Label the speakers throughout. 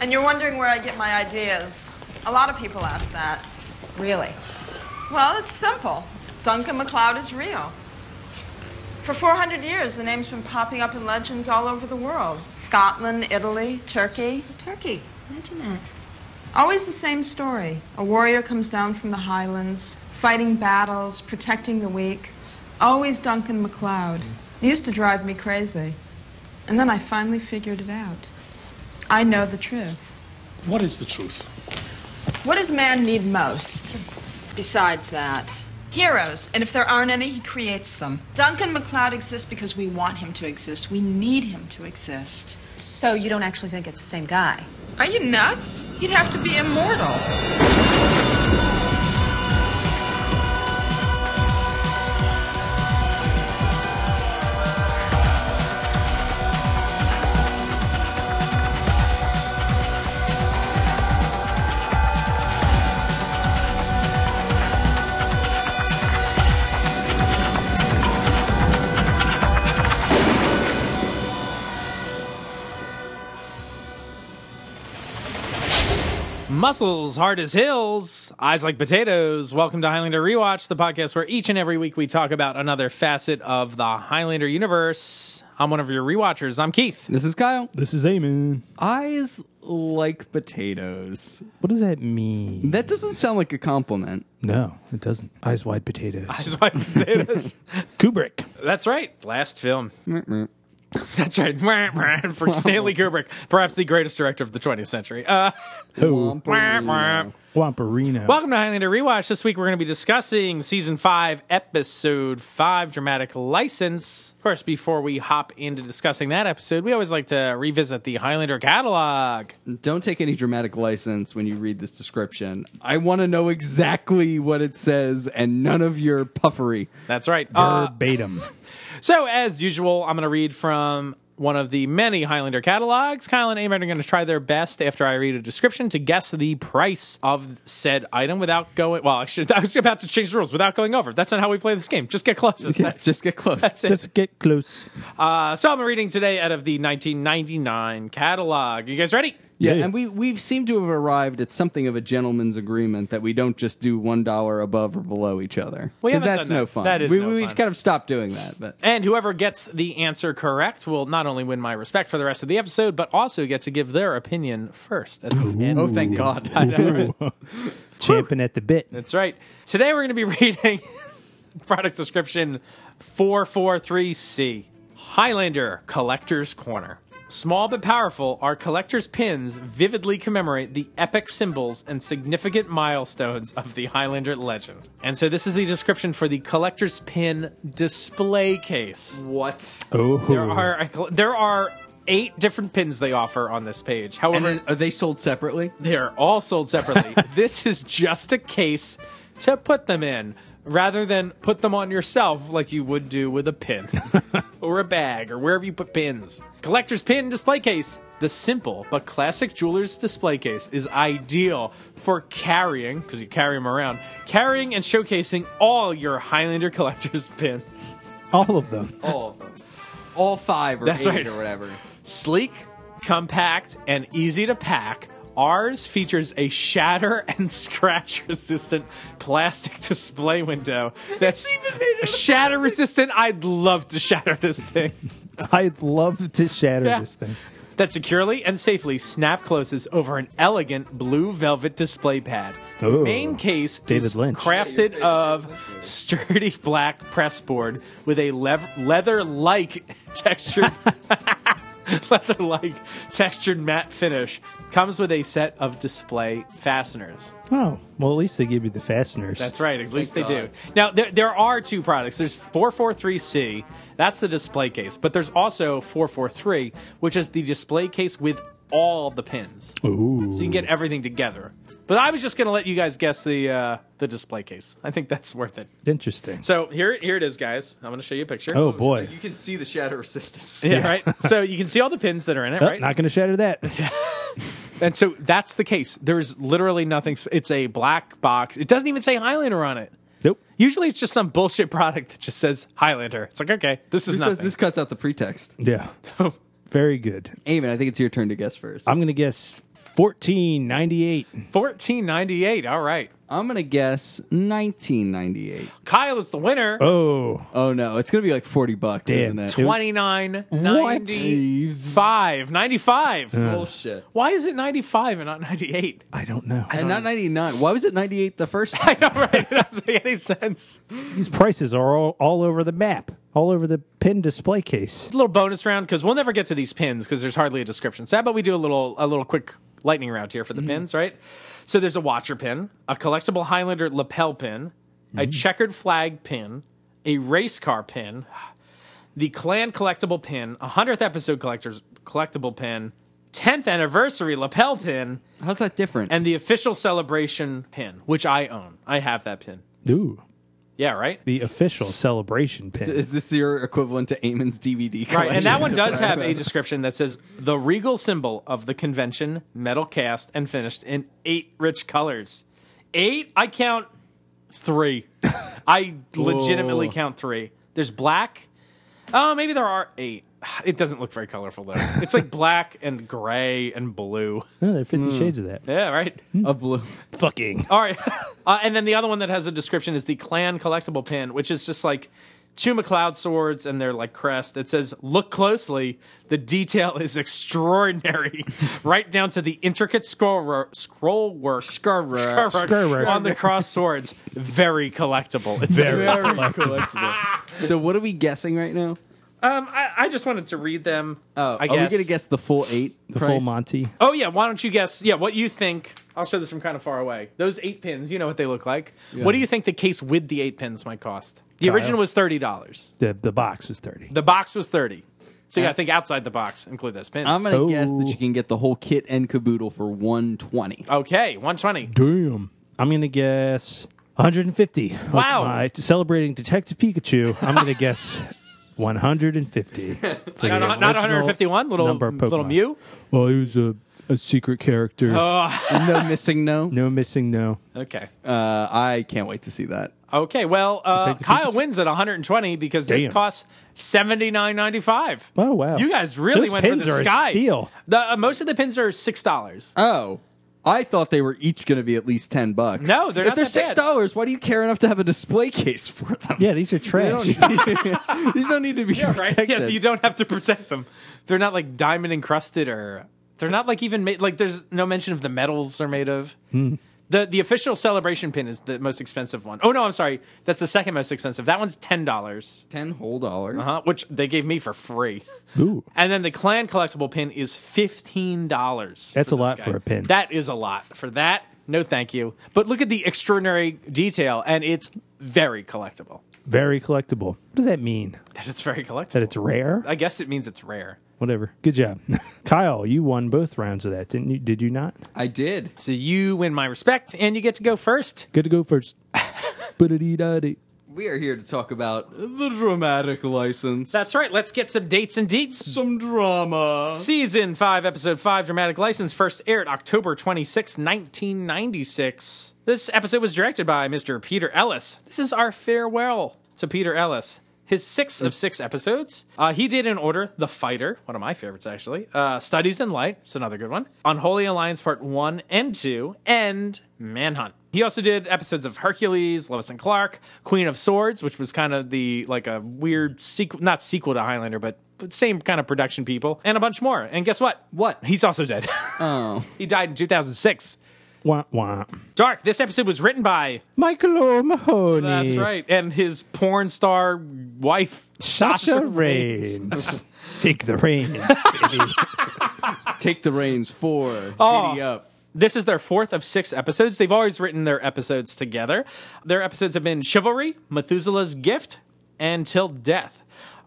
Speaker 1: And you're wondering where I get my ideas. A lot of people ask that.
Speaker 2: Really?
Speaker 1: Well, it's simple. Duncan MacLeod is real. For 400 years, the name's been popping up in legends all over the world Scotland, Italy, Turkey.
Speaker 2: Turkey. Imagine that.
Speaker 1: Always the same story. A warrior comes down from the highlands, fighting battles, protecting the weak. Always Duncan MacLeod. It used to drive me crazy. And then I finally figured it out. I know the truth.
Speaker 3: What is the truth?
Speaker 1: What does man need most? Besides that, heroes. And if there aren't any, he creates them. Duncan MacLeod exists because we want him to exist. We need him to exist.
Speaker 2: So you don't actually think it's the same guy?
Speaker 1: Are you nuts? He'd have to be immortal.
Speaker 4: Muscles hard as hills, eyes like potatoes. Welcome to Highlander Rewatch, the podcast where each and every week we talk about another facet of the Highlander universe. I'm one of your rewatchers. I'm Keith.
Speaker 5: This is Kyle.
Speaker 3: This is Amen.
Speaker 5: Eyes like potatoes.
Speaker 3: What does that mean?
Speaker 5: That doesn't sound like a compliment.
Speaker 3: No, it doesn't. Eyes wide potatoes.
Speaker 4: Eyes like potatoes.
Speaker 3: Kubrick.
Speaker 4: That's right. Last film. That's right. For Stanley Kubrick, perhaps the greatest director of the 20th century. Uh,
Speaker 3: Who?
Speaker 5: Womperino.
Speaker 3: Wamparino.
Speaker 4: Welcome to Highlander Rewatch. This week we're going to be discussing season five, episode five, Dramatic License. Of course, before we hop into discussing that episode, we always like to revisit the Highlander catalog.
Speaker 5: Don't take any dramatic license when you read this description. I want to know exactly what it says and none of your puffery.
Speaker 4: That's right. Uh,
Speaker 3: Verbatim.
Speaker 4: so, as usual, I'm going to read from one of the many Highlander catalogs. Kyle and Amon are going to try their best after I read a description to guess the price of said item without going. Well, I, should, I was about to change the rules without going over. That's not how we play this game. Just get closest. That's
Speaker 5: Just get close.
Speaker 4: that's it.
Speaker 3: Just get close.
Speaker 4: Uh, so I'm reading today out of the 1999 catalog. You guys ready?
Speaker 5: yeah,
Speaker 3: Yeah.
Speaker 5: and we we seem to have arrived at something of a gentleman's agreement that we don't just do one dollar above or below each other.
Speaker 4: We
Speaker 5: 'Cause
Speaker 4: haven't
Speaker 5: that's
Speaker 4: done
Speaker 5: no
Speaker 4: that.
Speaker 5: fun.
Speaker 4: That is
Speaker 5: we,
Speaker 4: no
Speaker 5: we've
Speaker 4: fun.
Speaker 5: kind of stopped doing that. But
Speaker 4: And whoever gets the answer correct will not only win my respect for the rest of the episode, but also get to give their opinion first. At the end.
Speaker 5: oh, thank God.
Speaker 3: Champing at the bit.
Speaker 4: That's right. Today we're going to be reading product description 443C Highlander Collector's Corner. Small but powerful, our collector's pins vividly commemorate the epic symbols and significant milestones of the Highlander legend. And so, this is the description for the collector's pin display case.
Speaker 5: what?
Speaker 3: Oh,
Speaker 4: There are there are eight different pins they offer on this page. However,
Speaker 5: And are they sold separately?
Speaker 4: they are all sold separately. this is just a case to put them in rather than put them on yourself like you would do with a pin or a bag or wherever you put pins. Collector's pin display case. The simple but classic jeweler's display case is ideal for carrying, because you carry them around, carrying and showcasing all your Highlander collector's pins.
Speaker 3: All of them.
Speaker 5: All of them. All five or
Speaker 4: That's
Speaker 5: eight
Speaker 4: right.
Speaker 5: or whatever.
Speaker 4: Sleek, compact, and easy to pack, ours features a shatter and scratch resistant plastic display window. That's shatter resistant. I'd love to shatter this thing.
Speaker 3: I'd love to shatter
Speaker 4: Yeah.
Speaker 3: this thing.
Speaker 4: That securely and safely snap closes over an elegant blue velvet display pad. The
Speaker 3: Ooh.
Speaker 4: main case is
Speaker 3: David Lynch.
Speaker 4: crafted of sturdy black pressboard with a lev- leather-like textured leather-like textured matte finish. Comes with a set of display fasteners.
Speaker 3: Oh, well, at least they give you the fasteners.
Speaker 4: That's right. At least they do.
Speaker 5: God.
Speaker 4: Now there, there are two products. There's 443C. That's the display case, but there's also 443, which is the display case with all the pins.
Speaker 3: Ooh.
Speaker 4: So you can get everything together. But I was just going to let you guys guess the uh, the display case. I think that's worth it.
Speaker 3: Interesting.
Speaker 4: So here here it is, guys. I'm going to show you a picture.
Speaker 3: oh, boy.
Speaker 5: You can see the shatter resistance.
Speaker 4: Yeah, right. so you can see all the pins that are in it,
Speaker 3: Oh,
Speaker 4: right?
Speaker 3: Not going to shatter that.
Speaker 4: and so that's the case. There's literally nothing. sp- It's a black box. It doesn't even say Highlander on it.
Speaker 3: Nope.
Speaker 4: Usually it's just some bullshit product that just says Highlander. It's like, okay, this is
Speaker 5: Who
Speaker 4: nothing.
Speaker 5: says this cuts out the pretext?
Speaker 3: Yeah. Very good.
Speaker 5: Eamon, I think it's your turn to guess first.
Speaker 3: I'm going to guess 1498.
Speaker 4: 1498. All right.
Speaker 5: I'm going to guess 1998.
Speaker 4: Kyle is the winner.
Speaker 3: Oh,
Speaker 5: Oh no, it's going to be like 40 bucks, isn't
Speaker 3: Damn.
Speaker 5: it?
Speaker 3: Tw-
Speaker 4: 29
Speaker 3: What?
Speaker 4: 95 95
Speaker 5: Bullshit.
Speaker 4: why is it 95 and not 98
Speaker 3: I don't know.
Speaker 5: And not 99. Why was it 98 the first time?
Speaker 4: i know right it doesn't make any sense
Speaker 3: These prices are all, all over the map, all over the pin display case.
Speaker 4: little bonus round because we'll never get to these pins because there's hardly a description. So how about we do a little a little quick lightning round here for the pins, right? So there's a watcher pin, a collectible Highlander lapel pin, a checkered flag pin, a race car pin, the clan collectible pin, a hundredth episode collector's collectible pin, tenth anniversary lapel pin,
Speaker 5: How's that different?
Speaker 4: and the official celebration pin, which I own. I have that pin.
Speaker 3: Ooh,
Speaker 4: Yeah, right.
Speaker 3: the official celebration pin.
Speaker 5: is this your equivalent to Eamon's DVD collection?
Speaker 4: Right, and that one does have a description that says the regal symbol of the convention, metal cast and finished in eight rich colors. Eight? I count three. I legitimately count three. There's black. Oh, maybe there are eight. It doesn't look very colorful though. It's like black and gray and blue.
Speaker 3: Oh, there are 50 shades of that.
Speaker 4: Mm. Yeah, right.
Speaker 5: of blue.
Speaker 3: Fucking.
Speaker 4: All right. Uh, and then the other one that has a description is the clan collectible pin, which is just like two McLeod swords and their like crest. It says, "Look closely. The detail is extraordinary, right down to the intricate scroll ro- scroll work,
Speaker 5: Scroll work.
Speaker 3: Scroll work.
Speaker 4: on the cross swords. Very collectible. It's
Speaker 3: Very.
Speaker 5: so what are we guessing right now?
Speaker 4: Um, I, I just wanted to read them.
Speaker 5: Oh,
Speaker 4: I
Speaker 5: are we gonna guess the full eight?
Speaker 3: The full Monty.
Speaker 4: Uh, Oh yeah, why don't you guess? Yeah, what you think? I'll show this from kind of far away. Those eight pins, you know what they look like. What do you think the case with the eight pins might cost? The
Speaker 3: Kyle?
Speaker 4: original was thirty dollars.
Speaker 3: The, the box was 30.
Speaker 4: The box was thirty. So yeah, I think outside the box include those pins.
Speaker 5: I'm gonna
Speaker 3: Oh.
Speaker 5: guess that you can get the whole kit and caboodle for 120.
Speaker 4: okay, one twenty.
Speaker 3: Damn. I'm going to guess 150. With
Speaker 4: Wow.
Speaker 3: my- celebrating Detective Pikachu, I'm going to guess 150. for the
Speaker 4: Not, not
Speaker 3: original
Speaker 4: 151. Little
Speaker 3: number of
Speaker 4: little
Speaker 3: Pokemon.
Speaker 4: Mew.
Speaker 3: Well, he was a, a secret character.
Speaker 5: no missing no.
Speaker 3: no missing, no.
Speaker 4: Okay.
Speaker 5: Uh, I can't wait to see that.
Speaker 4: Okay. Well, uh,
Speaker 3: Detective
Speaker 4: Kyle
Speaker 3: Pikachu.
Speaker 4: wins at 120 because this
Speaker 3: Damn.
Speaker 4: costs 79.95.
Speaker 3: Oh, wow.
Speaker 4: You guys really
Speaker 3: Those
Speaker 4: went for
Speaker 3: pins
Speaker 4: the
Speaker 3: are a
Speaker 4: sky.
Speaker 3: steal.
Speaker 4: The, uh, most of the pins are six dollars.
Speaker 5: Oh. I thought they were each going to be at least ten bucks.
Speaker 4: No, they're
Speaker 5: if
Speaker 4: not
Speaker 5: they're
Speaker 4: that bad.
Speaker 5: six dollars. Why do you care enough to have a display case for them?
Speaker 3: Yeah, these are
Speaker 5: They
Speaker 3: trash.
Speaker 5: don't need- these don't need to be
Speaker 4: right?
Speaker 5: protected.
Speaker 4: Yeah, you don't have to protect them. They're not like diamond encrusted or they're not like even made like there's no mention of the metals they're made of.
Speaker 3: Hmm.
Speaker 4: The the official celebration pin is the most expensive one. Oh no, I'm sorry. That's the second most expensive. That one's ten dollars.
Speaker 5: Ten whole dollars.
Speaker 4: Uh-huh, which they gave me for free.
Speaker 3: Ooh.
Speaker 4: And then the clan collectible pin is fifteen dollars.
Speaker 3: That's a lot for a pin.
Speaker 4: That is a lot. For that, no thank you. But look at the extraordinary detail and it's very collectible.
Speaker 3: Very collectible. What does that mean?
Speaker 4: That it's very collectible.
Speaker 3: That it's rare?
Speaker 4: I guess it means it's rare.
Speaker 3: Whatever. Good job. Kyle, you won both rounds of that, didn't you? Did you not?
Speaker 5: I did.
Speaker 4: So you win my respect, and you get to go first.
Speaker 3: Good to go first. Ba-da-dee-da-dee.
Speaker 5: We are here to talk about the dramatic license.
Speaker 4: That's right. Let's get some dates and deets.
Speaker 5: some drama.
Speaker 4: Season 5, Episode 5, Dramatic License, first aired October 26, 1996. This episode was directed by Mr. Peter Ellis. This is our farewell to Peter Ellis. His sixth of six episodes. Uh, he did in order The Fighter, one of my favorites actually. Uh, Studies in Light, it's another good one. Unholy Alliance Part 1 and 2, and Manhunt. He also did episodes of Hercules, Lois and Clark, Queen of Swords, which was kind of the like a weird sequel, not sequel to Highlander, but, but same kind of production people, and a bunch more. And guess what?
Speaker 5: What?
Speaker 4: He's also dead.
Speaker 5: Oh.
Speaker 4: he died in 2006.
Speaker 3: Wah, wah.
Speaker 4: Dark. This episode was written by.
Speaker 3: Michael O'Mahony.
Speaker 4: That's right, and his porn star wife
Speaker 3: Sasha
Speaker 4: Sasha Reigns.
Speaker 3: Reigns. Take the reins. baby.
Speaker 5: Take the reins for
Speaker 4: Oh.
Speaker 5: Giddy Up.
Speaker 4: This is their fourth of six episodes. They've always written their episodes together. Their episodes have been Chivalry, Methuselah's Gift, and Till Death.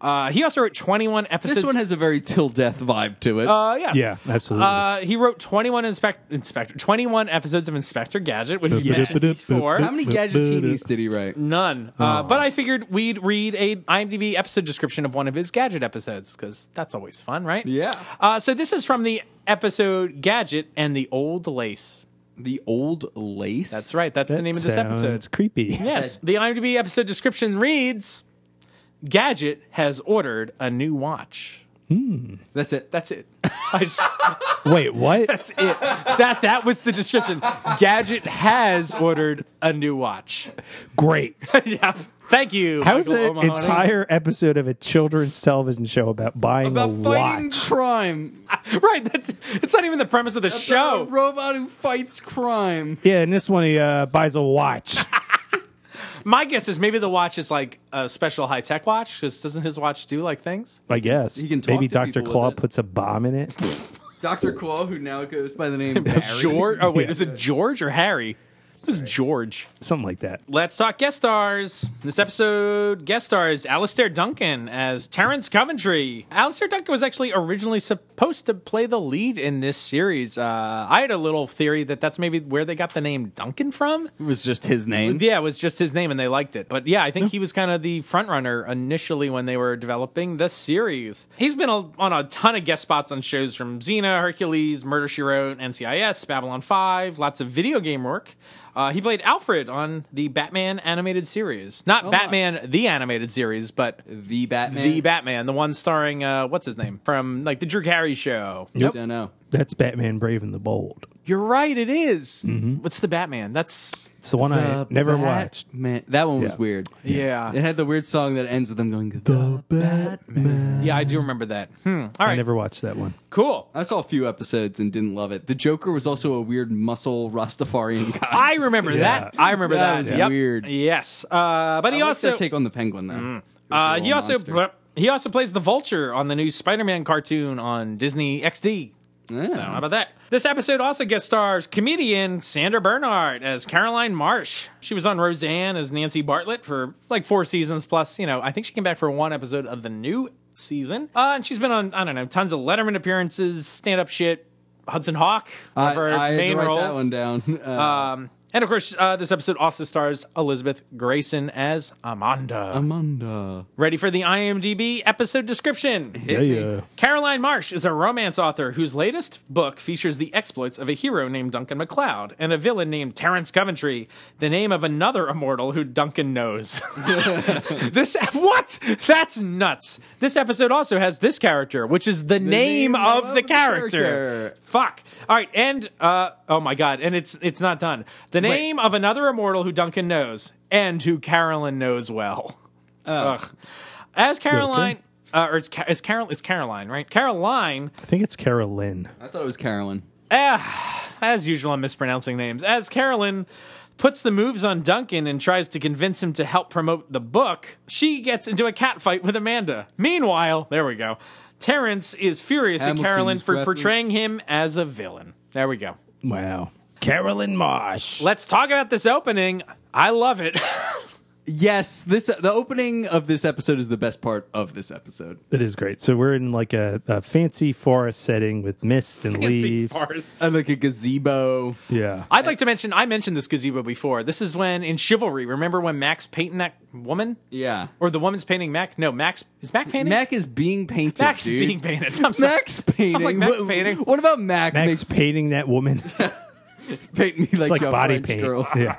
Speaker 4: Uh, he also wrote 21 episodes.
Speaker 5: This one has a very till death vibe to it.
Speaker 4: Uh, yes.
Speaker 3: yeah, absolutely.
Speaker 4: Uh, he wrote 21 inspect- Inspector 21 episodes of Inspector Gadget, which we mentioned
Speaker 5: How
Speaker 4: before.
Speaker 5: many gadgetinis did he write?
Speaker 4: None. Uh, but I figured we'd read a IMDb episode description of one of his Gadget episodes because that's always fun, right?
Speaker 5: Yeah.
Speaker 4: Uh, so this is from the episode Gadget and the Old Lace.
Speaker 5: The old lace.
Speaker 4: That's right. That's the name of this
Speaker 3: It's
Speaker 4: episode.
Speaker 3: creepy.
Speaker 4: Yes. The IMDb episode description reads Gadget has ordered a new watch.
Speaker 5: That's it.
Speaker 4: That's it. I just,
Speaker 3: Wait, what?
Speaker 4: that's it. That that was the description. Gadget has ordered a new watch.
Speaker 3: Great.
Speaker 4: yeah. Thank you.
Speaker 3: How's
Speaker 4: Michael
Speaker 3: an
Speaker 4: O'Mahony.
Speaker 3: entire episode of a children's television show about buying a
Speaker 5: About fighting
Speaker 3: watch?
Speaker 5: crime.
Speaker 4: right? That's it's not even the premise of the
Speaker 5: About a
Speaker 4: show.
Speaker 5: robot who fights crime.
Speaker 3: Yeah, and this one he uh, buys a watch.
Speaker 4: My guess is maybe the watch is like a special high tech watch because doesn't his watch do like things?
Speaker 3: I guess.
Speaker 5: He can talk
Speaker 3: Maybe
Speaker 5: to
Speaker 3: Dr.
Speaker 5: people with
Speaker 3: Claw
Speaker 5: it.
Speaker 3: puts a bomb in it.
Speaker 5: Dr. Quo, who now goes by the name Barry.
Speaker 4: George? Oh wait, is it George or Harry? It was George.
Speaker 3: Something like that.
Speaker 4: Let's talk guest stars. This episode guest stars Alistair Duncan as Terrence Coventry. Alistair Duncan was actually originally supposed to play the lead in this series. Uh, I had a little theory that that's maybe where they got the name Duncan from.
Speaker 5: It was just his name.
Speaker 4: Yeah, it was just his name, and they liked it. But yeah, I think he was kind of the front runner initially when they were developing the series. He's been a- on a ton of guest spots on shows from Xena, Hercules, Murder She Wrote, NCIS, Babylon Five, lots of video game work. Uh, he played Alfred on the Batman animated series, not
Speaker 5: my.
Speaker 4: Batman the animated series, but
Speaker 5: The Batman.
Speaker 4: the Batman, the one starring uh, what's his name from like the Drew Carey show. Nope.
Speaker 5: Don't know.
Speaker 3: That's Batman Brave and the Bold.
Speaker 4: You're right, it is. What's the Batman? That's
Speaker 3: It's the one I never watched.
Speaker 5: Man, that one
Speaker 3: Yeah.
Speaker 5: was weird.
Speaker 4: yeah,
Speaker 5: It had the weird song that ends with them going.
Speaker 3: The Batman.
Speaker 4: yeah. I do remember that. Hmm. All
Speaker 3: I
Speaker 4: right,
Speaker 3: never watched that one.
Speaker 4: cool.
Speaker 5: I saw a few episodes and didn't love it. The Joker was also a weird muscle Rastafarian guy.
Speaker 4: I remember that. I remember
Speaker 5: That
Speaker 4: that.
Speaker 5: was
Speaker 4: Yep.
Speaker 5: weird.
Speaker 4: Yes, uh, but he
Speaker 5: I like
Speaker 4: also
Speaker 5: their take on the Penguin though.
Speaker 4: uh,
Speaker 5: The
Speaker 4: he
Speaker 5: little
Speaker 4: also
Speaker 5: monster.
Speaker 4: he also plays the Vulture on the new Spider-Man cartoon on Disney XD. So how about that? This episode also guest stars comedian Sandra Bernhard as Caroline Marsh. She was on Roseanne as Nancy Bartlett for like four seasons plus. You know, I think she came back for one episode of the new season. Uh, and she's been on I don't know tons of Letterman appearances, stand-up shit. Hudson Hawk, one of her
Speaker 5: I, I had to
Speaker 4: main
Speaker 5: write
Speaker 4: roles.
Speaker 5: that one down. Uh,
Speaker 4: Um, and of course, uh, this episode also stars Elizabeth Grayson as Amanda.
Speaker 5: Amanda.
Speaker 4: Ready for the IMDb episode description?
Speaker 3: Yeah, yeah.
Speaker 4: Caroline Marsh is a romance author whose latest book features the exploits of a hero named Duncan MacLeod and a villain named Terrence Coventry, the name of another immortal who Duncan knows. this what? That's nuts. This episode also has this character, which is the, name,
Speaker 5: name
Speaker 4: of,
Speaker 5: of
Speaker 4: the
Speaker 5: the
Speaker 4: character.
Speaker 5: character.
Speaker 4: Fuck. All right, and uh, oh my god, and it's it's not done. The name of another immortal who Duncan knows and who Carolyn knows well. Ugh. As Caroline, uh, or it's, Ca- it's Carol, it's Caroline, right? Caroline,
Speaker 3: I think it's Carol Lynn.
Speaker 5: I thought it was Carolyn.
Speaker 4: as usual, I'm mispronouncing names. As Carolyn puts the moves on Duncan and tries to convince him to help promote the book, she gets into a catfight with Amanda. Meanwhile, there we go. Terrence is furious at
Speaker 5: Hamilton's
Speaker 4: Carolyn for
Speaker 5: rapping.
Speaker 4: portraying him as a villain. There we go.
Speaker 3: Wow. Carolyn Marsh.
Speaker 4: Let's talk about this opening. I love it.
Speaker 5: Yes, this the opening of this episode is the best part of this episode.
Speaker 3: It is great. So we're in like a, a fancy forest setting with mist and
Speaker 4: Fancy
Speaker 3: leaves.
Speaker 4: forest.
Speaker 5: I like a gazebo.
Speaker 3: Yeah.
Speaker 4: I'd like to mention I mentioned this gazebo before. This is when in Chivalry, remember when Max painting that woman?
Speaker 5: Yeah.
Speaker 4: Or the woman's painting Mac? No, Max is Mac painting?
Speaker 5: Mac is being painted.
Speaker 4: Max
Speaker 5: dude.
Speaker 4: is being painted. I'm sorry.
Speaker 5: Max painting.
Speaker 4: I'm like Max
Speaker 5: What-
Speaker 4: painting.
Speaker 5: What about Mac?
Speaker 3: Max
Speaker 5: makes
Speaker 3: painting that woman.
Speaker 5: paint me like,
Speaker 3: It's like
Speaker 4: uh,
Speaker 5: a
Speaker 3: body
Speaker 5: French
Speaker 3: paint.
Speaker 5: girl.
Speaker 3: Yeah.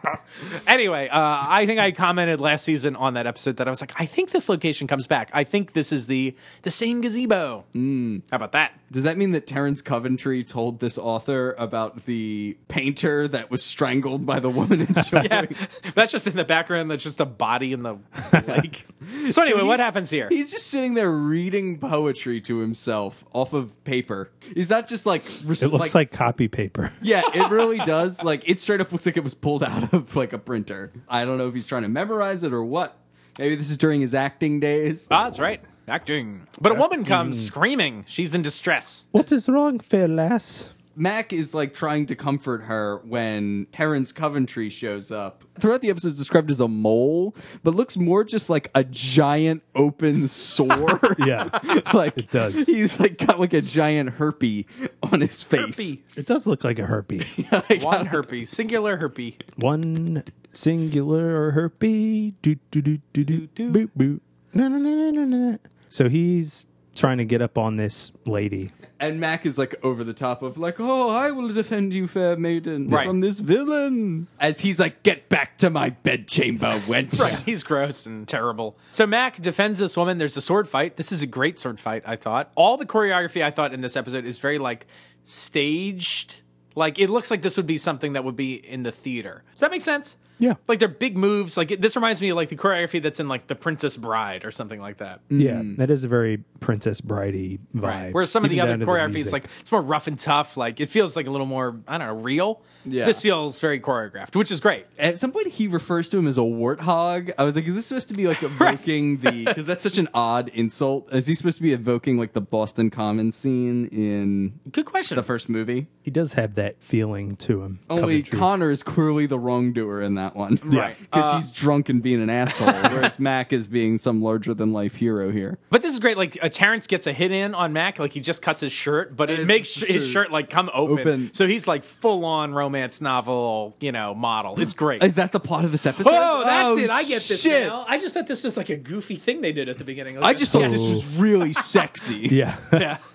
Speaker 4: Anyway, uh, I think I commented last season on that episode that I was like, I think this location comes back. I think this is the the same gazebo.
Speaker 5: Hmm.
Speaker 4: How about that?
Speaker 5: Does that mean that Terrence Coventry told this author about the painter that was strangled by the woman in Chivalry?
Speaker 4: Yeah. That's just in the background. That's just a body in the lake. so anyway, what
Speaker 5: He's-
Speaker 4: happens here?
Speaker 5: He's just sitting there reading poetry to himself off of paper. He's not just like rec-
Speaker 3: It looks like, copy paper.
Speaker 5: yeah, it really does. Like it straight up looks like it was pulled out of like a printer. I don't know if he's trying to memorize it or what. Maybe this is during his acting days.
Speaker 4: Ah, that's right. Acting. But a woman comes screaming. She's in distress.
Speaker 3: What is wrong, fair lass?
Speaker 5: Mac is like trying to comfort her when Terrence Coventry shows up. Throughout the episode, it's described as a mole, but looks more just like a giant open sore.
Speaker 3: Yeah.
Speaker 5: like
Speaker 3: It does.
Speaker 5: He's like got like a giant herpy on his face.
Speaker 4: Herpy.
Speaker 3: It does look like a herpy.
Speaker 4: One herpy. Singular herpy.
Speaker 3: One singular herpy. Do, do, do, do, do, do. Boop, boop. No, no, no, no, no, no. So he's trying to get up on this lady.
Speaker 5: And Mac is like over the top of like, "Oh, I will defend you, fair maiden,
Speaker 4: Right.
Speaker 5: from this villain." As he's like, "Get back to my bedchamber, wench."
Speaker 4: Right. He's gross and terrible. So Mac defends this woman. There's a sword fight. This is a great sword fight, I thought. All the choreography I thought in this episode is very like staged. Like it looks like this would be something that would be in the theater. Does that make sense?
Speaker 3: Yeah.
Speaker 4: Like they're big moves. Like it, this reminds me of like the choreography that's in like The Princess Bride or something like that.
Speaker 3: Yeah, that is a very Princess Bridey vibe.
Speaker 4: Hmm. Whereas some of the
Speaker 3: even
Speaker 4: other
Speaker 3: down to
Speaker 4: choreography is
Speaker 3: music.
Speaker 4: like it's more rough and tough. Like it feels like a little more I don't know real.
Speaker 5: Yeah.
Speaker 4: This feels very choreographed, which is great.
Speaker 5: At some point, he refers to him as a warthog. I was like, "Is this supposed to be like evoking the?" Because that's such an odd insult. Is he supposed to be evoking like the Boston Common scene in
Speaker 4: Good question.
Speaker 5: the first movie?
Speaker 3: he does have that feeling to him.
Speaker 5: Only
Speaker 3: Coventry.
Speaker 5: Connor is clearly the wrongdoer in that one,
Speaker 4: Right. Uh,
Speaker 5: Because he's drunk and being an asshole, whereas Mac is being some larger than life hero here.
Speaker 4: But this is great. Like uh, Terrence gets a hit in on Mac. Like he just cuts his shirt, but it
Speaker 5: It's
Speaker 4: makes
Speaker 5: just
Speaker 4: his
Speaker 5: a-
Speaker 4: shirt like come open.
Speaker 5: open.
Speaker 4: So he's like full on romance novel, you know, model. It's great.
Speaker 5: Is that the plot of this episode?
Speaker 4: Oh, that's
Speaker 5: Oh,
Speaker 4: it. I get this
Speaker 5: shit.
Speaker 4: now. I just thought this was like a goofy thing they did at the beginning.
Speaker 5: I just thought
Speaker 4: Yeah.
Speaker 5: this was really sexy.
Speaker 3: yeah.
Speaker 4: Yeah.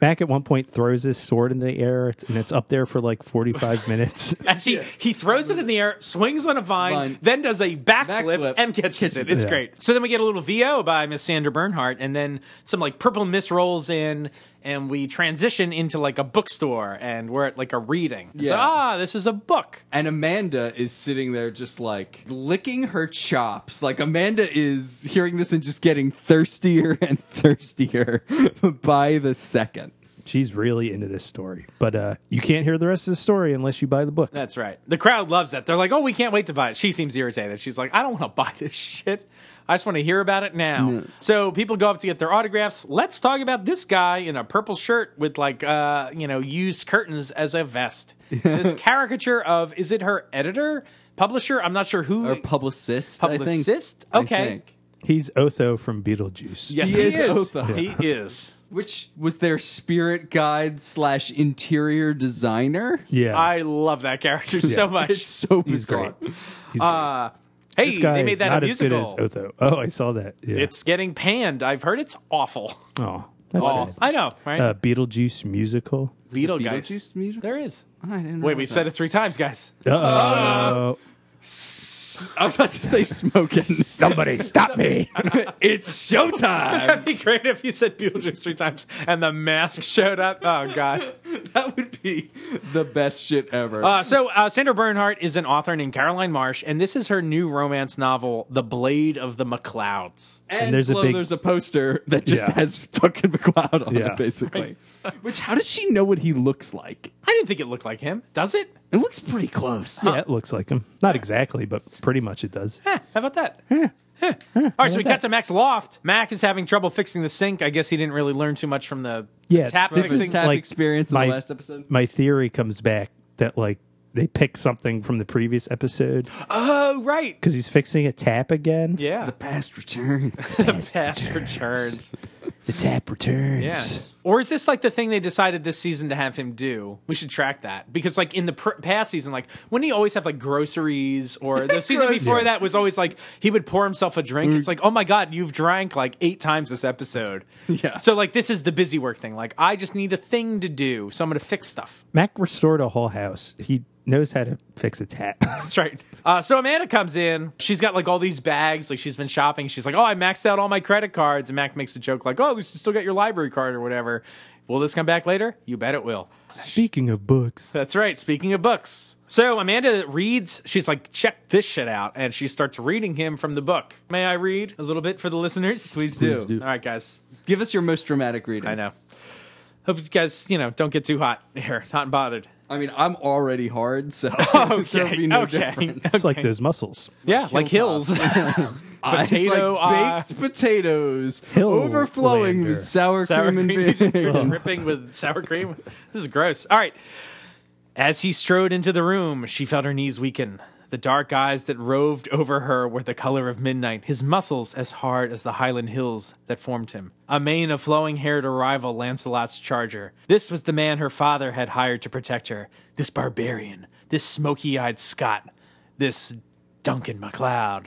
Speaker 3: Mac at one point throws his sword in the air, it's- and it's up there for like forty-five minutes.
Speaker 4: And he, he throws it in the air, swings on a vine,
Speaker 5: Vine.
Speaker 4: then does a backflip
Speaker 5: Backflip.
Speaker 4: and catches,
Speaker 5: Catches
Speaker 4: it. It's
Speaker 3: it.
Speaker 4: great. So then we get a little VO by Miss Sandra Bernhardt, and then some like purple mist rolls in, and we transition into like a bookstore, and we're at like a reading. Yeah. So,
Speaker 5: Yeah.
Speaker 4: ah, this is a book.
Speaker 5: And Amanda is sitting there just like licking her chops. Like Amanda is hearing this and just getting thirstier and thirstier by the second.
Speaker 3: She's really into this story, but uh, you can't hear the rest of the story unless you buy the book.
Speaker 4: That's right. The crowd loves that. They're like, oh, we can't wait to buy it. She seems irritated. She's like, I don't want to buy this shit. I just want to hear about it now. So people go up to get their autographs. Let's talk about this guy in a purple shirt with like, uh, you know, used curtains as a vest. this caricature of, is it her editor, publisher? I'm not sure who.
Speaker 5: Or publicist.
Speaker 4: Publicist?
Speaker 5: I think.
Speaker 4: Okay.
Speaker 5: I think.
Speaker 3: He's Otho from Beetlejuice.
Speaker 4: yes,
Speaker 5: he
Speaker 4: he,
Speaker 5: is
Speaker 4: is.
Speaker 5: Otho.
Speaker 4: He is.
Speaker 5: Which was their spirit guide slash interior designer.
Speaker 3: yeah.
Speaker 4: I love that character so much.
Speaker 5: It's so
Speaker 3: He's
Speaker 5: bizarre.
Speaker 3: great. He's great.
Speaker 4: Uh, hey,
Speaker 3: This guy
Speaker 4: they
Speaker 3: is
Speaker 4: made that a
Speaker 3: not
Speaker 4: musical.
Speaker 3: as good as Otho. Oh, I saw that. Yeah.
Speaker 4: It's getting panned. I've heard it's awful.
Speaker 3: oh, that's sad.
Speaker 4: I know, right?
Speaker 3: Uh, Beetlejuice musical.
Speaker 4: Beetle guys.
Speaker 5: Beetlejuice music?
Speaker 4: There is.
Speaker 5: I didn't know
Speaker 4: Wait, we
Speaker 5: about
Speaker 4: said it three times, guys.
Speaker 3: Uh-oh.
Speaker 5: that. I was about to say smoking.
Speaker 3: Somebody stop me.
Speaker 5: it's showtime.
Speaker 4: That'd be great if you said Beetlejuice three times and the mask showed up. Oh God!
Speaker 5: that would be the best shit ever.
Speaker 4: Uh, so uh, Sandra Bernhardt is an author named Caroline Marsh, and this is her new romance novel, *The Blade of the McClouds*.
Speaker 5: and,
Speaker 3: there's a
Speaker 5: below
Speaker 3: big-
Speaker 5: there's a poster that just
Speaker 3: Yeah.
Speaker 5: has Duncan McLeod on
Speaker 3: Yeah.
Speaker 5: it, basically. Which how does she know what he looks like?
Speaker 4: I didn't think it looked like him. Does it?
Speaker 5: It looks pretty close.
Speaker 3: yeah, it looks like him. Not exactly, but pretty much it does.
Speaker 4: Huh, how about that? Huh. All right, so we cut to Mac's loft. Mac is having trouble fixing the sink. I guess he didn't really learn too much from the
Speaker 3: Yeah,
Speaker 4: tap
Speaker 3: this
Speaker 5: His
Speaker 4: fixing.
Speaker 3: is
Speaker 5: tap
Speaker 3: like
Speaker 5: experience in
Speaker 3: my-
Speaker 5: the last episode.
Speaker 3: My theory comes back that like they pick something from the previous episode
Speaker 4: oh, right.
Speaker 3: because he's fixing a tap again.
Speaker 4: Yeah.
Speaker 5: Past returns.
Speaker 4: Past returns.
Speaker 3: The tap returns.
Speaker 4: Or is this like the thing they decided this season to have him do? We should track that because, like, in the pr- past season, like, wouldn't he always have like groceries? Or the season before that was always like he would pour himself a drink. It's like, oh my god, you've drank like eight times this episode.
Speaker 5: Yeah.
Speaker 4: So like, this is the busy work thing. Like, I just need a thing to do, so I'm gonna fix stuff.
Speaker 3: Mac restored a whole house. He knows how to fix a tap.
Speaker 4: That's right. Uh, so Amanda comes in. She's got like all these bags. Like she's been shopping. She's like, "Oh, I maxed out all my credit cards." And Mac makes a joke like, "Oh, at least you still got your library card or whatever." Will this come back later? You bet it will.
Speaker 3: Speaking of books,
Speaker 4: That's right. Speaking of books. So Amanda reads, she's like, check this shit out. And she starts reading him from the book. May I read a little bit for the listeners?
Speaker 5: Please do.
Speaker 3: do.
Speaker 4: All right, guys.
Speaker 5: Give us your most dramatic reading.
Speaker 4: I know. Hope you guys, you know, don't get too hot here, hot and bothered.
Speaker 5: I mean, I'm already hard, so there'll
Speaker 4: Okay,
Speaker 5: be no
Speaker 4: okay.
Speaker 5: difference.
Speaker 3: it's like those muscles.
Speaker 4: Yeah, like hills.
Speaker 5: Eyes
Speaker 4: Potato uh, eye.
Speaker 5: like baked potatoes
Speaker 3: Hill
Speaker 5: overflowing
Speaker 3: lander.
Speaker 5: with sour,
Speaker 4: sour
Speaker 5: cream
Speaker 4: cream,
Speaker 5: and
Speaker 4: just
Speaker 5: vinegar.
Speaker 4: dripping with sour cream. This is gross. All right. As he strode into the room, she felt her knees weaken. The dark eyes that roved over her were the color of midnight, his muscles as hard as the highland hills that formed him. A mane of flowing hair to rival Lancelot's charger. This was the man her father had hired to protect her. This barbarian. This smoky eyed Scot. This Duncan McLeod.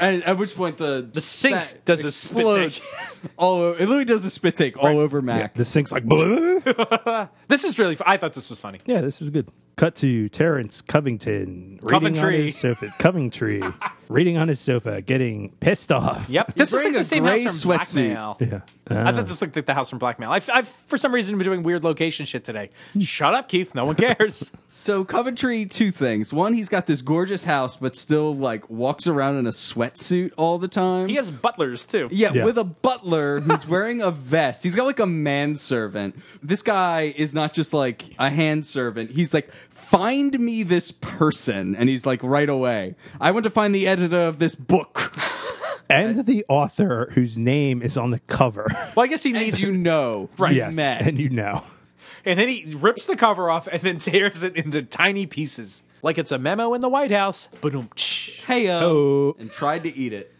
Speaker 5: At, at which point the
Speaker 4: The sink
Speaker 5: that
Speaker 4: does a spit take.
Speaker 5: explodes all over, it literally does a spit take all over Mac.
Speaker 3: The sink's like, "Bleh."
Speaker 4: This is really. fu- I thought this was funny.
Speaker 3: yeah, this is good. Cut to Terrence Covington reading
Speaker 4: Coventry.
Speaker 3: on his sofa. Coventry reading on his sofa, getting pissed off.
Speaker 4: Yep. This looks
Speaker 5: wearing
Speaker 4: like the
Speaker 5: a
Speaker 4: same house
Speaker 5: gray
Speaker 4: from
Speaker 5: sweatsuit.
Speaker 4: Blackmail.
Speaker 3: Yeah.
Speaker 4: I thought this looked like the house from Blackmail. I've, I've for some reason been doing weird location shit today. Shut up, Keith. No one cares.
Speaker 5: So Coventry, two things. One, he's got this gorgeous house, but still like walks around in a sweatsuit all the time.
Speaker 4: he has butlers too.
Speaker 5: Yeah,
Speaker 3: Yeah.
Speaker 5: with a butler who's wearing a vest. He's got like a manservant. This guy is not just like a hand servant. He's like, find me this person. And he's like, right away. I want to find the editor of this book.
Speaker 3: And the author whose name is on the cover.
Speaker 4: Well, I guess he
Speaker 5: And
Speaker 4: needs
Speaker 5: you know, right?
Speaker 3: yes. And you know.
Speaker 4: And then he rips the cover off and then tears it into tiny pieces. Like it's a memo in the White House. Ba-dum-tsh.
Speaker 5: Hey,
Speaker 3: Oh.
Speaker 5: and tried to eat it.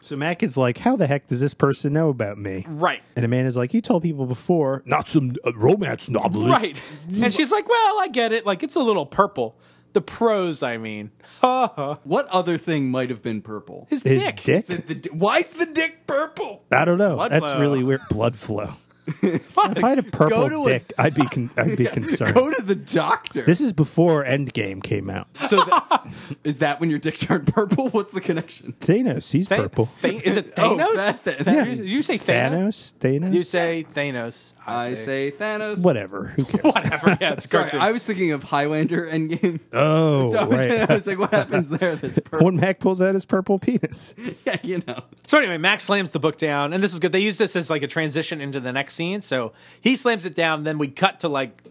Speaker 3: So Mac is like, how the heck does this person know about me?
Speaker 4: Right.
Speaker 3: And a man is like, you told people before, not some uh, romance novelist.
Speaker 4: Right. And she's like, well, I get it. Like it's a little purple. The prose, I mean.
Speaker 5: What other thing might have been purple?
Speaker 4: His,
Speaker 3: His
Speaker 4: dick.
Speaker 3: dick?
Speaker 5: Is it the di- Why's the dick purple?
Speaker 3: I don't know.
Speaker 4: Blood
Speaker 3: That's
Speaker 4: flow.
Speaker 3: really weird. Blood flow. if I had a purple
Speaker 5: to a-
Speaker 3: dick, i I'd be con- I'd be concerned.
Speaker 5: Go to the doctor.
Speaker 3: This is before Endgame came out.
Speaker 5: so that, is that when your dick turned purple? What's the connection?
Speaker 3: Thanos, he's
Speaker 4: Tha-
Speaker 3: purple.
Speaker 4: Tha- is it
Speaker 5: Oh,
Speaker 4: Thanos?
Speaker 5: that- that-
Speaker 3: Yeah.
Speaker 4: Did you say Thanos?
Speaker 3: Thanos, Thanos,
Speaker 4: You say Thanos.
Speaker 5: I say Thanos.
Speaker 3: whatever. Who cares?
Speaker 4: whatever. Yeah, it's a
Speaker 5: Sorry,
Speaker 4: cartoon.
Speaker 5: I was thinking of Highlander Endgame.
Speaker 3: Oh,
Speaker 5: so I was,
Speaker 3: right.
Speaker 5: I was like, what happens there? That's purple.
Speaker 3: When Mac pulls out his purple penis,
Speaker 5: yeah, you know.
Speaker 4: So anyway, Max slams the book down, and this is good. They use this as like a transition into the next scene. So he slams it down, then we cut to like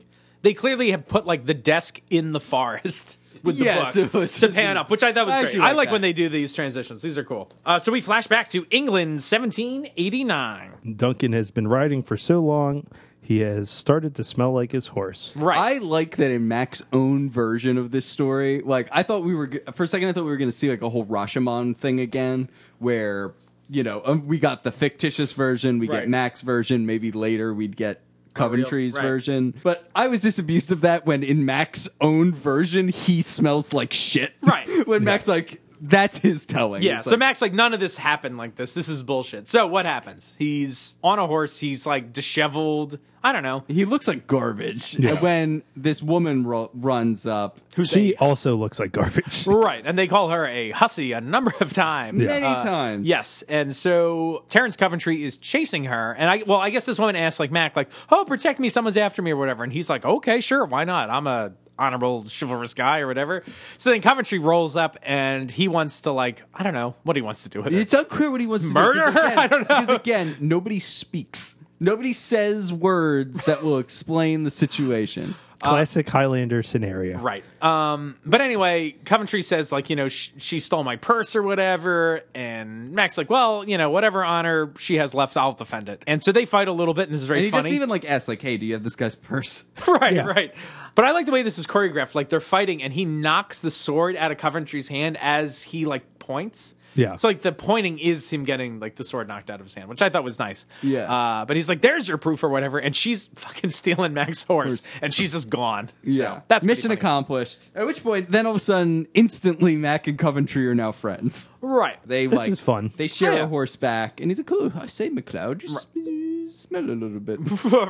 Speaker 4: they clearly have put like the desk in the forest with
Speaker 5: Yeah,
Speaker 4: the
Speaker 5: to-
Speaker 4: book to,
Speaker 5: to-
Speaker 4: pan up, which I thought was
Speaker 5: I
Speaker 4: great.
Speaker 5: actually
Speaker 4: I
Speaker 5: like
Speaker 4: like
Speaker 5: that.
Speaker 4: when they do these transitions; these are cool. Uh, so we flash back to England, 1789.
Speaker 3: Duncan has been riding for so long, he has started to smell like his horse.
Speaker 4: Right.
Speaker 5: I like that in Mac's own version of this story. Like, I thought we were g- for a second. I thought we were going to see like a whole Rashomon thing again, where you know um, we got the fictitious version, we
Speaker 4: Right.
Speaker 5: get Mac's version. Maybe later we'd get Coventry's
Speaker 4: right.
Speaker 5: version. But I was disabused of that when in Mac's own version he smells like shit.
Speaker 4: Right.
Speaker 5: when Mac's like. That's his telling.
Speaker 4: Yeah,
Speaker 5: It's
Speaker 4: so
Speaker 5: like,
Speaker 4: Max like none of this happened like this. This is bullshit. So what happens? He's on a horse. He's like disheveled. I don't know.
Speaker 5: He looks like garbage.
Speaker 3: Yeah.
Speaker 5: And When this woman ru- runs up,
Speaker 4: Who's
Speaker 3: She also looks like garbage.
Speaker 4: Right, and they call her a hussy a number of times.
Speaker 5: Many times.
Speaker 4: Yes, and so Terrence Coventry is chasing her, and I well, I guess this woman asks like Mac, like, "Oh, protect me, someone's after me or whatever," and he's like, "Okay, sure, why not? I'm a honorable chivalrous guy or whatever." So then Coventry rolls up, and he wants to like, I don't know what he wants to do with it.
Speaker 5: It's unclear what he wants to
Speaker 4: Murder
Speaker 5: do, because
Speaker 4: her?
Speaker 5: Again,
Speaker 4: I don't know.
Speaker 5: Because again, nobody speaks. Nobody says words that will explain the situation.
Speaker 3: Classic Highlander scenario.
Speaker 4: Right. Um, but anyway, Coventry says, like, you know, sh- she stole my purse or whatever. And Mac's like, well, you know, whatever honor she has left, I'll defend it. And so they fight a little bit, and this is very
Speaker 5: And he
Speaker 4: funny.
Speaker 5: doesn't even like ask, like, "Hey, do you have this guy's purse?"
Speaker 4: right,
Speaker 3: Yeah.
Speaker 4: right. But I like the way this is choreographed. Like they're fighting, and he knocks the sword out of Coventry's hand as he like points.
Speaker 3: Yeah.
Speaker 4: So like the pointing is him getting like the sword knocked out of his hand, which I thought was nice.
Speaker 5: Yeah.
Speaker 4: Uh, but he's like, "There's your proof or whatever," and she's fucking stealing Mac's horse,
Speaker 5: Horse.
Speaker 4: and she's just gone.
Speaker 5: Yeah,
Speaker 4: so, that's pretty
Speaker 5: mission
Speaker 4: funny.
Speaker 5: accomplished. At which point, then all of a sudden, instantly, Mac and Coventry are now friends.
Speaker 4: Right.
Speaker 5: They
Speaker 3: This
Speaker 5: like
Speaker 3: is fun.
Speaker 5: They share
Speaker 4: Oh, Yeah.
Speaker 5: a horseback, and he's like, "Oh, I say, McLeod, you sm- you smell a little bit."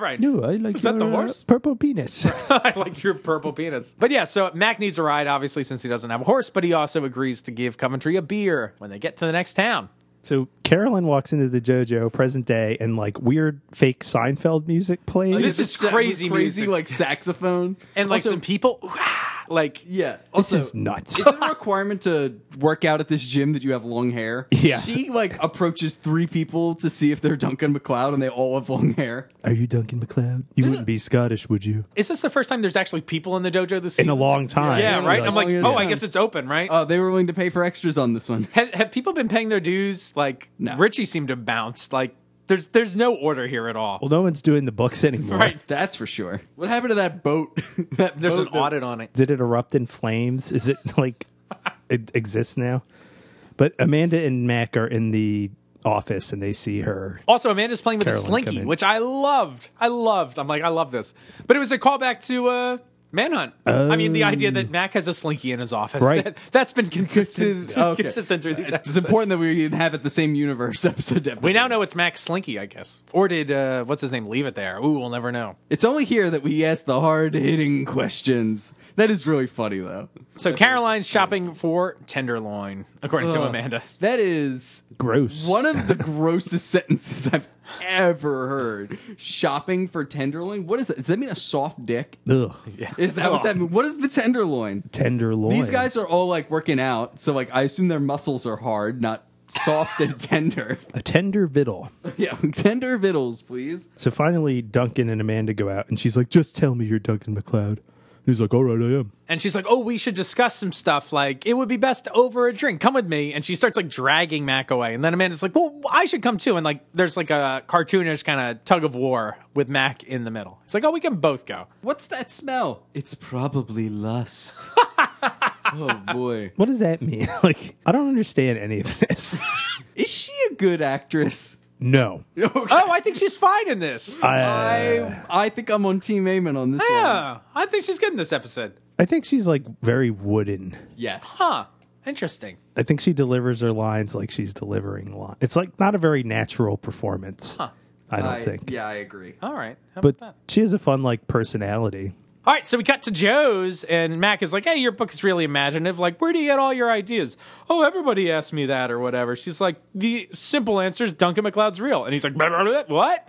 Speaker 4: right.
Speaker 3: Ooh, I like
Speaker 4: Is that
Speaker 3: your,
Speaker 4: the
Speaker 3: uh,
Speaker 4: horse?
Speaker 3: purple penis.
Speaker 4: I like your purple peanuts. But yeah, so Mac needs a ride, obviously, since he doesn't have a horse, but he also agrees to give Coventry a beer when they get to the next town.
Speaker 3: so Carolyn walks into the JoJo present day, and like weird fake Seinfeld music plays.
Speaker 4: This is
Speaker 5: sa-
Speaker 4: crazy
Speaker 5: crazy
Speaker 4: music.
Speaker 5: like saxophone
Speaker 4: And like
Speaker 5: Also-
Speaker 4: some people, ooh, ah, like,
Speaker 5: Yeah.
Speaker 3: This
Speaker 5: Also,
Speaker 3: is nuts.
Speaker 5: Is it a requirement to work out at this gym that you have long hair?
Speaker 3: Yeah.
Speaker 5: She like approaches three people to see if they're Duncan McLeod, and they all have long hair.
Speaker 3: Are you Duncan McLeod? You wouldn't be Scottish, would you?
Speaker 4: is this the first time there's actually people in the dojo this
Speaker 3: In
Speaker 4: season?
Speaker 3: a long time.
Speaker 4: Yeah,
Speaker 5: Yeah,
Speaker 4: right?
Speaker 5: like
Speaker 4: I'm like,
Speaker 5: long as-
Speaker 4: oh, I guess it's open, right?
Speaker 5: Oh, they were willing to pay for extras on this one.
Speaker 4: have, have people been paying their dues? Like,
Speaker 5: No.
Speaker 4: Richie seemed to bounce. Like, there's there's no order here at all.
Speaker 3: Well, no one's doing the books anymore.
Speaker 4: Right.
Speaker 5: That's for sure. What happened to that boat? that
Speaker 4: There's an
Speaker 5: boat that-
Speaker 4: audit on it.
Speaker 3: Did it erupt in flames? Is it like it exists now? But Amanda and Mac are in the office and they see her.
Speaker 4: Also, Amanda's playing with
Speaker 3: Carolyn,
Speaker 4: a
Speaker 3: come
Speaker 4: slinky,
Speaker 3: in.
Speaker 4: which I loved. I loved. I'm like, I love this. But it was a callback to uh, Manhunt. I mean, the idea that Mac has a slinky in his office.
Speaker 3: Um, Right.
Speaker 4: That, that's been consistent,
Speaker 5: Consistent. Okay.
Speaker 4: consistent through these episodes.
Speaker 5: It's important that we have it the same universe episode. to
Speaker 4: We now
Speaker 5: episode.
Speaker 4: know it's Mac Slinky, I guess. Or did, uh, what's his name, leave it there? Ooh, we'll never know.
Speaker 5: It's only here that we ask the hard hitting questions. That is really funny though.
Speaker 4: So Caroline's shopping for tenderloin, according to
Speaker 5: Ugh.
Speaker 4: Amanda.
Speaker 5: That is
Speaker 3: Gross.
Speaker 5: one of the grossest sentences I've ever heard. Shopping for tenderloin? What is that? Does that mean a soft dick?
Speaker 3: Ugh.
Speaker 5: Is that what
Speaker 3: Oh.
Speaker 5: that means? What is the tenderloin?
Speaker 3: Tenderloin.
Speaker 5: These guys are all like working out, so like I assume their muscles are hard, not soft and tender.
Speaker 3: a tender viddle.
Speaker 5: yeah, tender vittles, please.
Speaker 3: So finally, Duncan and Amanda go out, and she's like, "Just tell me you're Duncan McLeod." He's like, "All right, I am."
Speaker 4: And she's like, oh, we should discuss some stuff. Like, it would be best over a drink. Come with me. And she starts, like, dragging Mac away. And then Amanda's like, well, I should come too. And, like, there's, like, a cartoonish kind of tug of war with Mac in the middle. It's like, oh, we can both go.
Speaker 5: What's that smell? It's probably lust. oh boy.
Speaker 3: What does that mean? like, I don't understand any of this.
Speaker 5: Is she a good actress?
Speaker 3: no,
Speaker 4: Oh, I think she's fine in this.
Speaker 3: Uh. I,
Speaker 5: I I think I'm on Team Amen on this one.
Speaker 4: yeah, I think she's good in this episode.
Speaker 3: I think she's like very wooden.
Speaker 5: Yes.
Speaker 4: Huh. Interesting.
Speaker 3: I think she delivers her lines like she's delivering lines. It's like not a very natural performance. I don't think.
Speaker 5: Yeah, I agree.
Speaker 4: All right. How
Speaker 3: But
Speaker 4: about that?
Speaker 3: she has a fun like personality.
Speaker 4: All right, so we cut to Joe's, and Mac is like, "Hey, your book is really imaginative. Like, where do you get all your ideas?" Oh, everybody asked me that or whatever. She's like, "The simple answer is Duncan McLeod's real," and he's like, "Blah, blah, blah, "What?"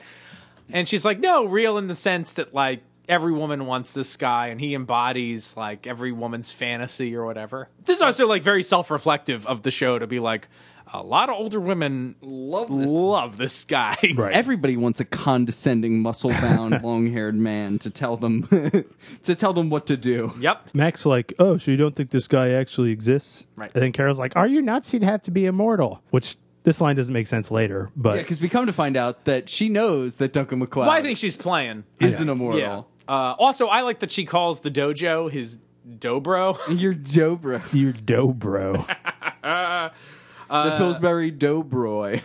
Speaker 4: And she's like, "No, real in the sense that like every woman wants this guy, and he embodies like every woman's fantasy or whatever." This is also like very self-reflective of the show to be like, a lot of older women
Speaker 5: Love this.
Speaker 4: love this guy.
Speaker 3: Right.
Speaker 5: Everybody wants a condescending, muscle-bound, long-haired man to tell them to tell them what to do.
Speaker 4: Yep.
Speaker 3: Mac's like, oh, so you don't think this guy actually exists?
Speaker 4: Right.
Speaker 3: And then Carol's like, are you nuts? He'd have to be immortal. Which this line doesn't make sense later, but
Speaker 5: Yeah, because we come to find out that she knows that Duncan McLeod
Speaker 4: Well, I think she's playing.
Speaker 5: is Uh, an immortal.
Speaker 4: Yeah. Uh, also, I like that she calls the dojo his dobro.
Speaker 5: Your Dobro,
Speaker 3: you're dough, bro.
Speaker 5: the
Speaker 4: Uh,
Speaker 5: Pillsbury Dobroy.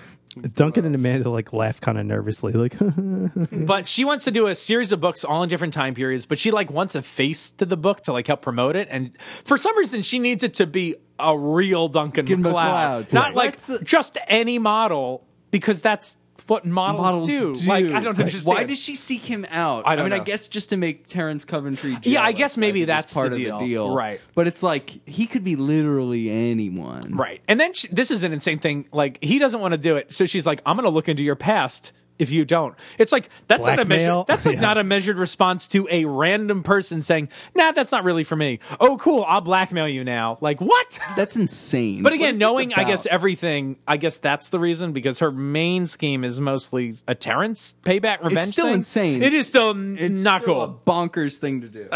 Speaker 3: Duncan and Amanda like laugh kind of nervously, like,
Speaker 4: but she wants to do a series of books all in different time periods, but she like wants a face to the book to like help promote it. And for some reason, she needs it to be a real Duncan
Speaker 5: Duncan
Speaker 4: McLeod,
Speaker 5: MacLeod.
Speaker 4: not
Speaker 5: Right.
Speaker 4: like
Speaker 5: What's the-
Speaker 4: just any model, because that's what models,
Speaker 5: Models
Speaker 4: do.
Speaker 5: do.
Speaker 4: Like, I don't
Speaker 5: Right.
Speaker 4: understand.
Speaker 5: Why does she seek him out?
Speaker 4: I don't
Speaker 5: mean, I
Speaker 4: know.
Speaker 5: guess just to make Terrence Coventry. Jealous,
Speaker 4: Yeah, I guess maybe
Speaker 5: think, is
Speaker 4: that's the
Speaker 5: part
Speaker 4: deal.
Speaker 5: of the deal,
Speaker 4: Right.
Speaker 5: But it's like he could be literally anyone,
Speaker 4: Right. And then she, this is an insane thing. Like, he doesn't want to do it. So she's like, I'm going to look into your past if you don't. It's like, that's not a measure.
Speaker 3: Blackmail.
Speaker 4: That's like
Speaker 3: Yeah.
Speaker 4: not a measured response to a random person saying, nah, that's not really for me. Oh, cool. I'll blackmail you now. Like, what?
Speaker 5: That's insane.
Speaker 4: But
Speaker 5: What
Speaker 4: again,
Speaker 5: is this
Speaker 4: knowing, I
Speaker 5: about?
Speaker 4: guess, everything, I guess that's the reason because her main scheme is mostly a Terrence payback revenge
Speaker 5: still
Speaker 4: thing.
Speaker 5: insane.
Speaker 4: It is still n-
Speaker 5: It's
Speaker 4: not
Speaker 5: still
Speaker 4: cool.
Speaker 5: A bonkers thing to do.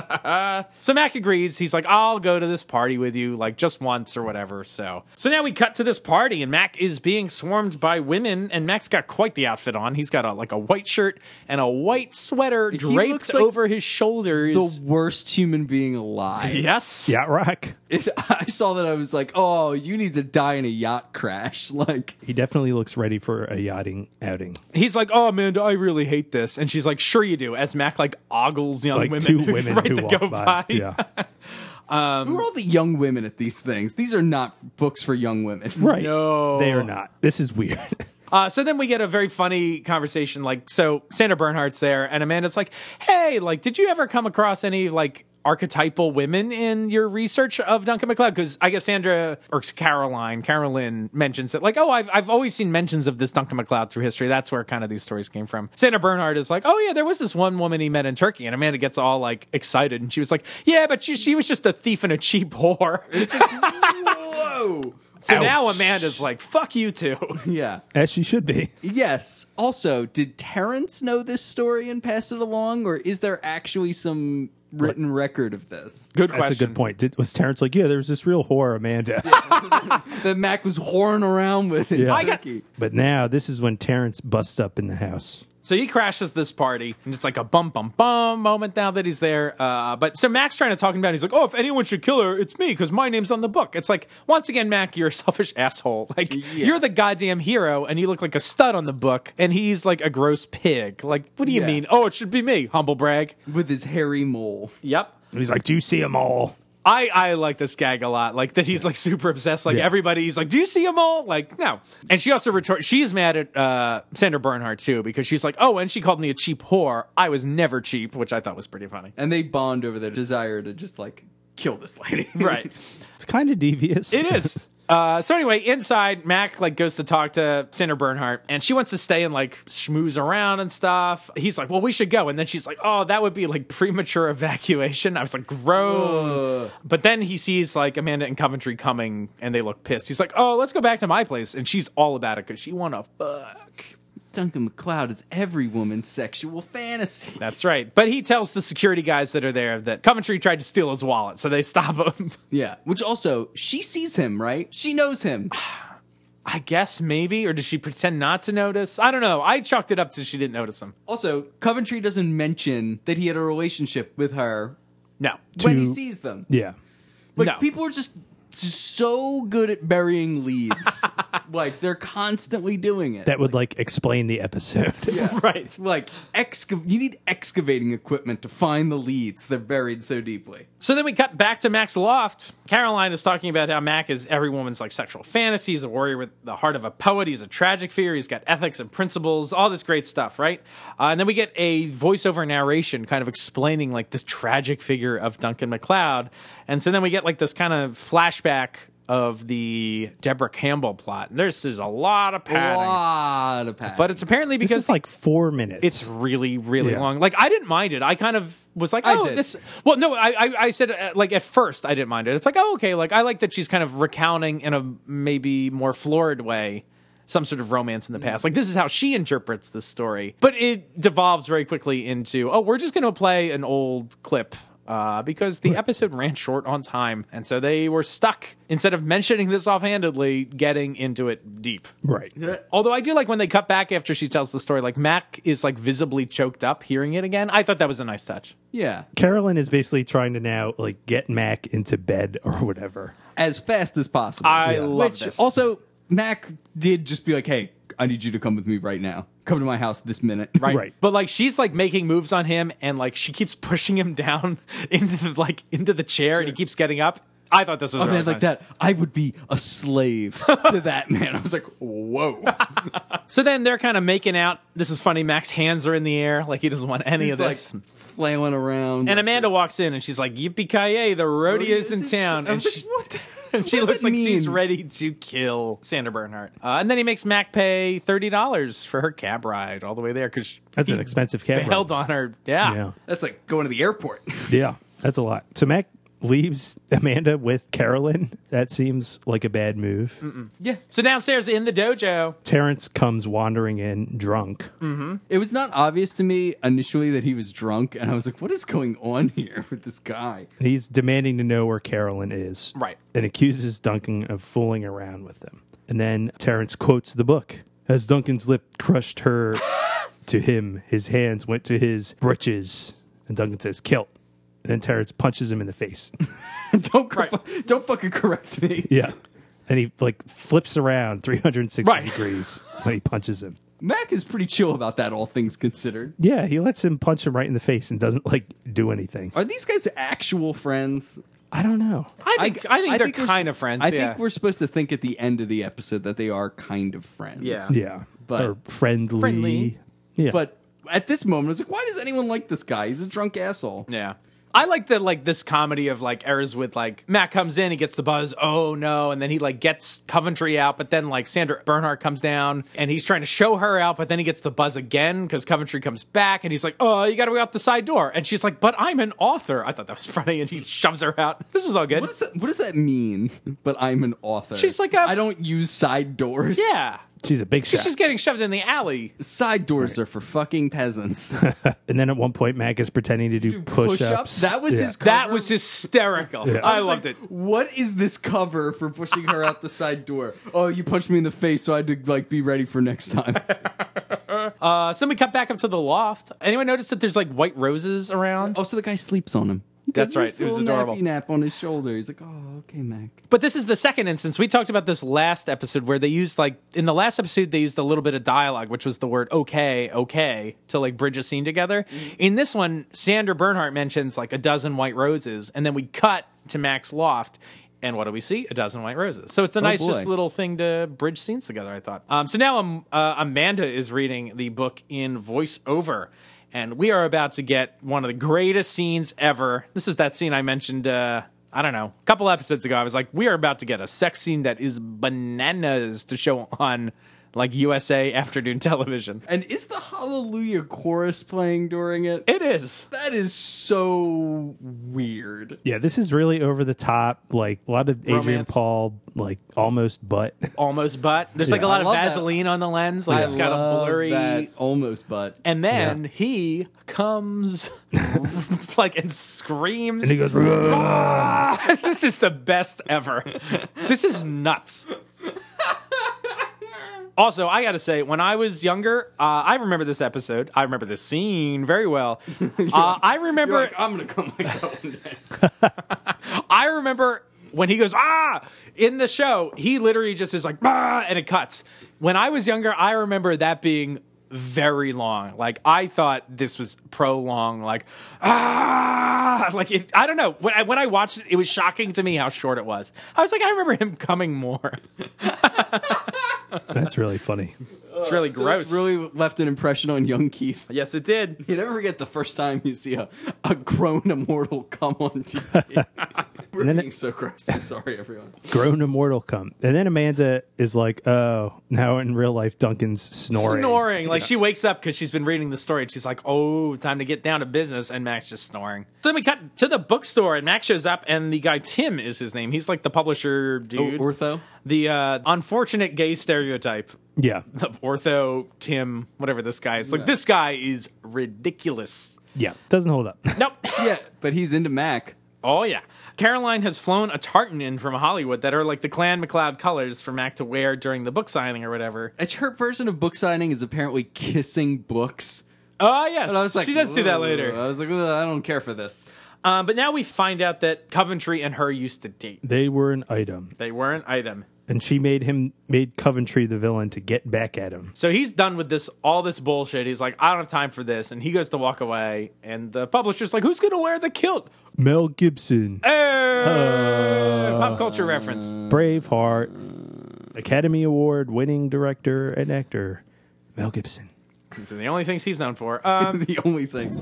Speaker 4: So Mac agrees. He's like, I'll go to this party with you, like just once or whatever. So, so now we cut to this party, and Mac is being swarmed by women, and Mac's got quite the outfit on. He's got a like a white shirt and a white sweater draped
Speaker 5: looks like
Speaker 4: over his shoulders.
Speaker 5: the worst human being alive.
Speaker 4: yes,
Speaker 3: yacht rock.
Speaker 5: If I saw that, I was like, "Oh, you need to die in a yacht crash." Like,
Speaker 3: He definitely looks ready for a yachting outing.
Speaker 4: he's like, "Oh, Amanda, I really hate this," and she's like, "Sure you do." As Mac like ogles young
Speaker 3: Like
Speaker 4: women,
Speaker 3: two
Speaker 4: who-
Speaker 3: women
Speaker 4: right,
Speaker 3: who
Speaker 4: that
Speaker 3: walk
Speaker 4: go
Speaker 3: by. Yeah.
Speaker 5: who are all the young women at these things? These are not books for young women,
Speaker 3: Right.
Speaker 4: No.
Speaker 3: They are not. This is weird.
Speaker 4: Uh, so then we get a very funny conversation. Like, so Sandra Bernhardt's there, and Amanda's like, "Hey, like, did you ever come across any like archetypal women in your research of Duncan MacLeod?" Because I guess Sandra or Caroline, Carolyn mentions it. Like, oh, I've I've always seen mentions of this Duncan MacLeod through history. That's where kind of these stories came from. Sandra Bernhardt is like, "Oh yeah, there was this one woman he met in Turkey," and Amanda gets all like excited, and she was like, "Yeah, but she, she was just a thief and a cheap whore."
Speaker 5: Whoa.
Speaker 4: so now Amanda's like, "Fuck you two.
Speaker 5: Yeah.
Speaker 3: As she should be.
Speaker 5: Yes. Also, did Terrence know this story and pass it along, or is there actually some written record of this?
Speaker 4: Good
Speaker 3: That's a good point. Did, was Terrence like, yeah, there's this real horror, Amanda.
Speaker 5: That Mac was whoring around with in
Speaker 3: Yeah. I
Speaker 4: got-
Speaker 5: Turkey.
Speaker 3: But now this is when Terrence busts up in the house.
Speaker 4: So he crashes this party, and it's like a bum bum bum moment now that he's there. Uh, but so Mac's trying to talk him down. He's like, "Oh, if anyone should kill her, it's me because my name's on the book." It's like once again, Mac, you're a selfish asshole. Like
Speaker 5: Yeah.
Speaker 4: you're the goddamn hero, and you look like a stud on the book, and he's like a gross pig. Like, what do you
Speaker 5: Yeah.
Speaker 4: mean? Oh, it should be me, humble brag.
Speaker 5: with his hairy mole.
Speaker 4: Yep.
Speaker 3: And he's like, "Do you see them all?"
Speaker 4: I, I like this gag a lot. Like that he's like super obsessed. Like
Speaker 3: Yeah.
Speaker 4: everybody, he's like, "Do you see them all?" Like no. And she also retort. She's mad at uh, Sandra Bernhardt too because she's like, "Oh, and she called me a cheap whore. I was never cheap," which I thought was pretty funny.
Speaker 5: and they bond over their desire to just like kill this lady.
Speaker 4: Right.
Speaker 3: It's kind of devious.
Speaker 4: It is. Uh, so anyway, inside Mac like goes to talk to Sandra Bernhardt, and she wants to stay and like schmooze around and stuff. He's like, "Well, we should go," and then she's like, "Oh, that would be like premature evacuation." I was like, "Groan!" But then he sees like Amanda and Coventry coming, and they look pissed. He's like, "Oh, let's go back to my place," and she's all about it because she want to fuck.
Speaker 5: Duncan McLeod is every woman's sexual fantasy.
Speaker 4: That's right. But he tells the security guys that are there that Coventry tried to steal his wallet, so they stop him.
Speaker 5: Yeah. Which also, she sees him, right? She knows him.
Speaker 4: I guess maybe, or does she pretend not to notice? I don't know. I chalked it up to she didn't notice him.
Speaker 5: Also, Coventry doesn't mention that he had a relationship with her
Speaker 4: No.
Speaker 5: when he
Speaker 3: To-
Speaker 5: sees them.
Speaker 3: Yeah.
Speaker 5: Like
Speaker 4: No.
Speaker 5: people are just so good at burying leads. like they're constantly doing it.
Speaker 3: That would like explain the episode.
Speaker 4: Right.
Speaker 5: like excav- you need excavating equipment to find the leads. They're buried so deeply.
Speaker 4: So then we cut back to Mac's loft. Caroline is talking about how Mac is every woman's like sexual fantasy. He's a warrior with the heart of a poet. He's a tragic figure. He's got ethics and principles, all this great stuff, right? Uh, and then we get a voiceover narration kind of explaining like this tragic figure of Duncan MacLeod. And so then we get like this kind of flashback of the Deborah Campbell plot. And there's, there's a lot of
Speaker 5: A
Speaker 4: padding.
Speaker 5: lot of padding.
Speaker 4: But it's apparently
Speaker 3: This
Speaker 4: because
Speaker 3: is like four minutes.
Speaker 4: it's really really
Speaker 3: Yeah.
Speaker 4: long like i didn't mind it i kind of was like
Speaker 5: I
Speaker 4: oh
Speaker 5: did.
Speaker 4: this well no i i, I said uh, like at first i didn't mind it it's like oh okay like i like that she's kind of recounting in a maybe more florid way some sort of romance in the past like this is how she interprets this story but it devolves very quickly into oh we're just going to play an old clip uh, because the episode ran short on time and so they were stuck instead of mentioning this offhandedly getting into it deep
Speaker 3: right.
Speaker 4: Although I do like when they cut back after she tells the story, like Mac is like visibly choked up hearing it again. I thought that was a nice touch.
Speaker 5: yeah.
Speaker 3: Carolyn is basically trying to now like get Mac into bed or whatever.
Speaker 5: As fast as possible.
Speaker 4: I love
Speaker 5: Which
Speaker 4: this.
Speaker 5: also Mac did just be like, "Hey, I need you to come with me right now. Come to my house this minute."
Speaker 4: Right.
Speaker 3: Right.
Speaker 4: But like she's like making moves on him and like she keeps pushing him down into the, like into the chair and he keeps getting up. I thought this was
Speaker 5: A
Speaker 4: really
Speaker 5: Oh, man like
Speaker 4: fun.
Speaker 5: that, I would be a slave to that man. I was like, "Whoa."
Speaker 4: So then they're kind of making out. This is funny. Mac's hands are in the air, like he doesn't want any
Speaker 5: He's
Speaker 4: of
Speaker 5: like
Speaker 4: this.
Speaker 5: flailing around.
Speaker 4: and Amanda walks in and she's like, "Yippee ki yay! The rodeo's in town."
Speaker 5: I
Speaker 4: And
Speaker 5: was like,
Speaker 4: she,
Speaker 5: what the-
Speaker 4: and she
Speaker 5: what does
Speaker 4: looks
Speaker 5: that
Speaker 4: like she's
Speaker 5: mean?
Speaker 4: ready to kill Sandra Bernhardt. Uh, and then he makes Mac pay thirty dollars for her cab ride all the way there because
Speaker 3: That's an expensive cab ride.
Speaker 4: Bailed on her. Yeah.
Speaker 3: Yeah.
Speaker 5: That's like going to the airport.
Speaker 3: Ah. Yeah. That's a lot. So Mac leaves Amanda with Carolyn. That seems like a bad move.
Speaker 5: yeah.
Speaker 4: So downstairs in the dojo,
Speaker 3: Terrence comes wandering in drunk.
Speaker 5: It was not obvious to me initially that he was drunk, and I was like, what is going on here with this guy?
Speaker 3: And he's demanding to know where Carolyn is.
Speaker 4: Right.
Speaker 3: And accuses Duncan of fooling around with them. And then Terrence quotes the book. As Duncan's lip crushed her to him, his hands went to his breeches. And Duncan says, kilt. And then Terrence punches him in the face.
Speaker 5: don't, cor- don't fucking correct me.
Speaker 3: Yeah. And he like flips around 360
Speaker 4: Right.
Speaker 3: degrees when he punches him.
Speaker 5: Mac is pretty chill about that, all things considered.
Speaker 3: Yeah, he lets him punch him right in the face and doesn't like do anything.
Speaker 5: Are these guys actual friends?
Speaker 3: I don't know.
Speaker 4: I think I, think they're
Speaker 5: we're s-
Speaker 4: kind of friends.
Speaker 5: I
Speaker 4: yeah.
Speaker 5: think we're supposed to think at the end of the episode that they are kind of friends.
Speaker 4: Yeah.
Speaker 3: Yeah.
Speaker 5: But-
Speaker 3: or friendly.
Speaker 4: Friendly.
Speaker 3: Yeah.
Speaker 5: But at this moment, I was like, why does anyone like this guy? He's a drunk asshole.
Speaker 4: yeah. I like the like this comedy of like errors with like Matt comes in, he gets the buzz, oh no, and then he like gets Coventry out, but then like Sandra Bernhardt comes down and he's trying to show her out, but then he gets the buzz again because Coventry comes back and he's like, oh, you got to go out the side door, and she's like, but I'm an author. I thought that was funny, and he shoves her out. This was all good.
Speaker 5: What, is that, what does that mean? But I'm an author.
Speaker 4: She's like a-
Speaker 5: I I don't use side doors.
Speaker 4: yeah,
Speaker 3: she's a big shot.
Speaker 4: she's getting shoved in the alley.
Speaker 5: Side doors are for fucking peasants.
Speaker 3: And then at one point, Mac is pretending to do push ups.
Speaker 5: That was his. Cover.
Speaker 4: That was hysterical.
Speaker 3: Yeah.
Speaker 4: I,
Speaker 5: was
Speaker 4: loved
Speaker 5: like,
Speaker 4: it.
Speaker 5: What is this cover for pushing her out the side door? Oh, you punched me in the face, so I had to like be ready for next time.
Speaker 4: Uh, so we cut back up to the loft. Anyone notice that there's like white roses around?
Speaker 5: oh, so the guy sleeps on him. You
Speaker 4: That's right. It
Speaker 5: Little
Speaker 4: was adorable.
Speaker 5: Nappy nap on his shoulder. He's like, oh, okay, Mac.
Speaker 4: But this is the second instance. We talked about this last episode where they used like in the last episode they used a little bit of dialogue, which was the word okay, okay, to like bridge a scene together. In this one, Sandra Bernhardt mentions like a dozen white roses, and then we cut to Max Loft. And what do we see? A dozen white roses. So it's a nice,
Speaker 5: boy.
Speaker 4: just little thing to bridge scenes together. I thought. Um, so now um, uh, Amanda is reading the book in voiceover, and we are about to get one of the greatest scenes ever. This is that scene I mentioned. Uh, I don't know. A couple episodes ago, I was like, we are about to get a sex scene that is bananas to show on like USA afternoon television.
Speaker 5: And is the Hallelujah chorus playing during it?
Speaker 4: It is.
Speaker 5: that is so weird.
Speaker 3: Yeah, this is really over the top. Like a lot of Adrian
Speaker 4: Romance.
Speaker 3: Paul, like almost butt.
Speaker 4: Almost butt. There's like a
Speaker 5: Yeah.
Speaker 4: lot
Speaker 5: I
Speaker 4: of
Speaker 5: love that.
Speaker 4: Vaseline on the lens. Like
Speaker 5: I
Speaker 4: it's got a
Speaker 5: love
Speaker 4: blurry.
Speaker 5: that almost, but
Speaker 4: And then he comes like and screams.
Speaker 3: And he goes, "Rah."
Speaker 4: this is the best ever. This is nuts. Also, I gotta say, when I was younger, uh, I remember this episode. I remember this scene very well. Uh, I remember,
Speaker 5: You're like, I'm gonna come like that one day.
Speaker 4: I remember when he goes ah in the show. He literally just is like ah, and it cuts. When I was younger, I remember that being very long. Like I thought this was prolonged. Like ah, like it, I don't know. When I, when I watched it, it was shocking to me how short it was. I was like, I remember him coming more.
Speaker 3: That's really funny.
Speaker 4: It's Uh, really
Speaker 5: So
Speaker 4: gross.
Speaker 5: This really left an impression on young Keith.
Speaker 4: yes, it did.
Speaker 5: You never forget the first time you see a, a grown immortal come on TV. We're
Speaker 3: then it-
Speaker 5: being so gross. I'm sorry, everyone.
Speaker 3: Grown immortal come. And then Amanda is like, oh, now in real life, Duncan's snoring.
Speaker 4: Snoring. Like she wakes up because she's been reading the story and she's like, oh, time to get down to business. And Max just snoring. So then we cut to the bookstore and Max shows up and the guy Tim is his name. He's like the publisher dude.
Speaker 5: Oh, Ortho.
Speaker 4: the uh, unfortunate gay stereotype
Speaker 3: Yeah.
Speaker 4: of ortho, Tim, whatever this guy is. Like, this guy is ridiculous.
Speaker 3: Yeah. Doesn't hold up.
Speaker 4: Nope.
Speaker 5: Yeah, but he's into Mac.
Speaker 4: Oh yeah. Caroline has flown a tartan in from Hollywood that are like the Clan McLeod colors for Mac to wear during the book signing or whatever.
Speaker 5: A chirp version of book signing is apparently kissing books.
Speaker 4: Oh yes,
Speaker 5: And I was like,
Speaker 4: she does do that
Speaker 5: "Ooh."
Speaker 4: later.
Speaker 5: I was like, "Ugh, I don't care for this.
Speaker 4: Um, but now we find out that Coventry and her used to date.
Speaker 3: They were an item.
Speaker 4: They were an item.
Speaker 3: And she made him, made Coventry the villain to get back at him.
Speaker 4: So he's done with this all this bullshit. He's like, I don't have time for this, and he goes to walk away. And the publisher's like, Who's gonna wear the kilt?
Speaker 3: Mel Gibson,
Speaker 4: Hey! Pop culture reference.
Speaker 3: Braveheart, Academy Award winning director and actor, Mel Gibson.
Speaker 4: These are the only things he's known for. Um,
Speaker 5: The only things.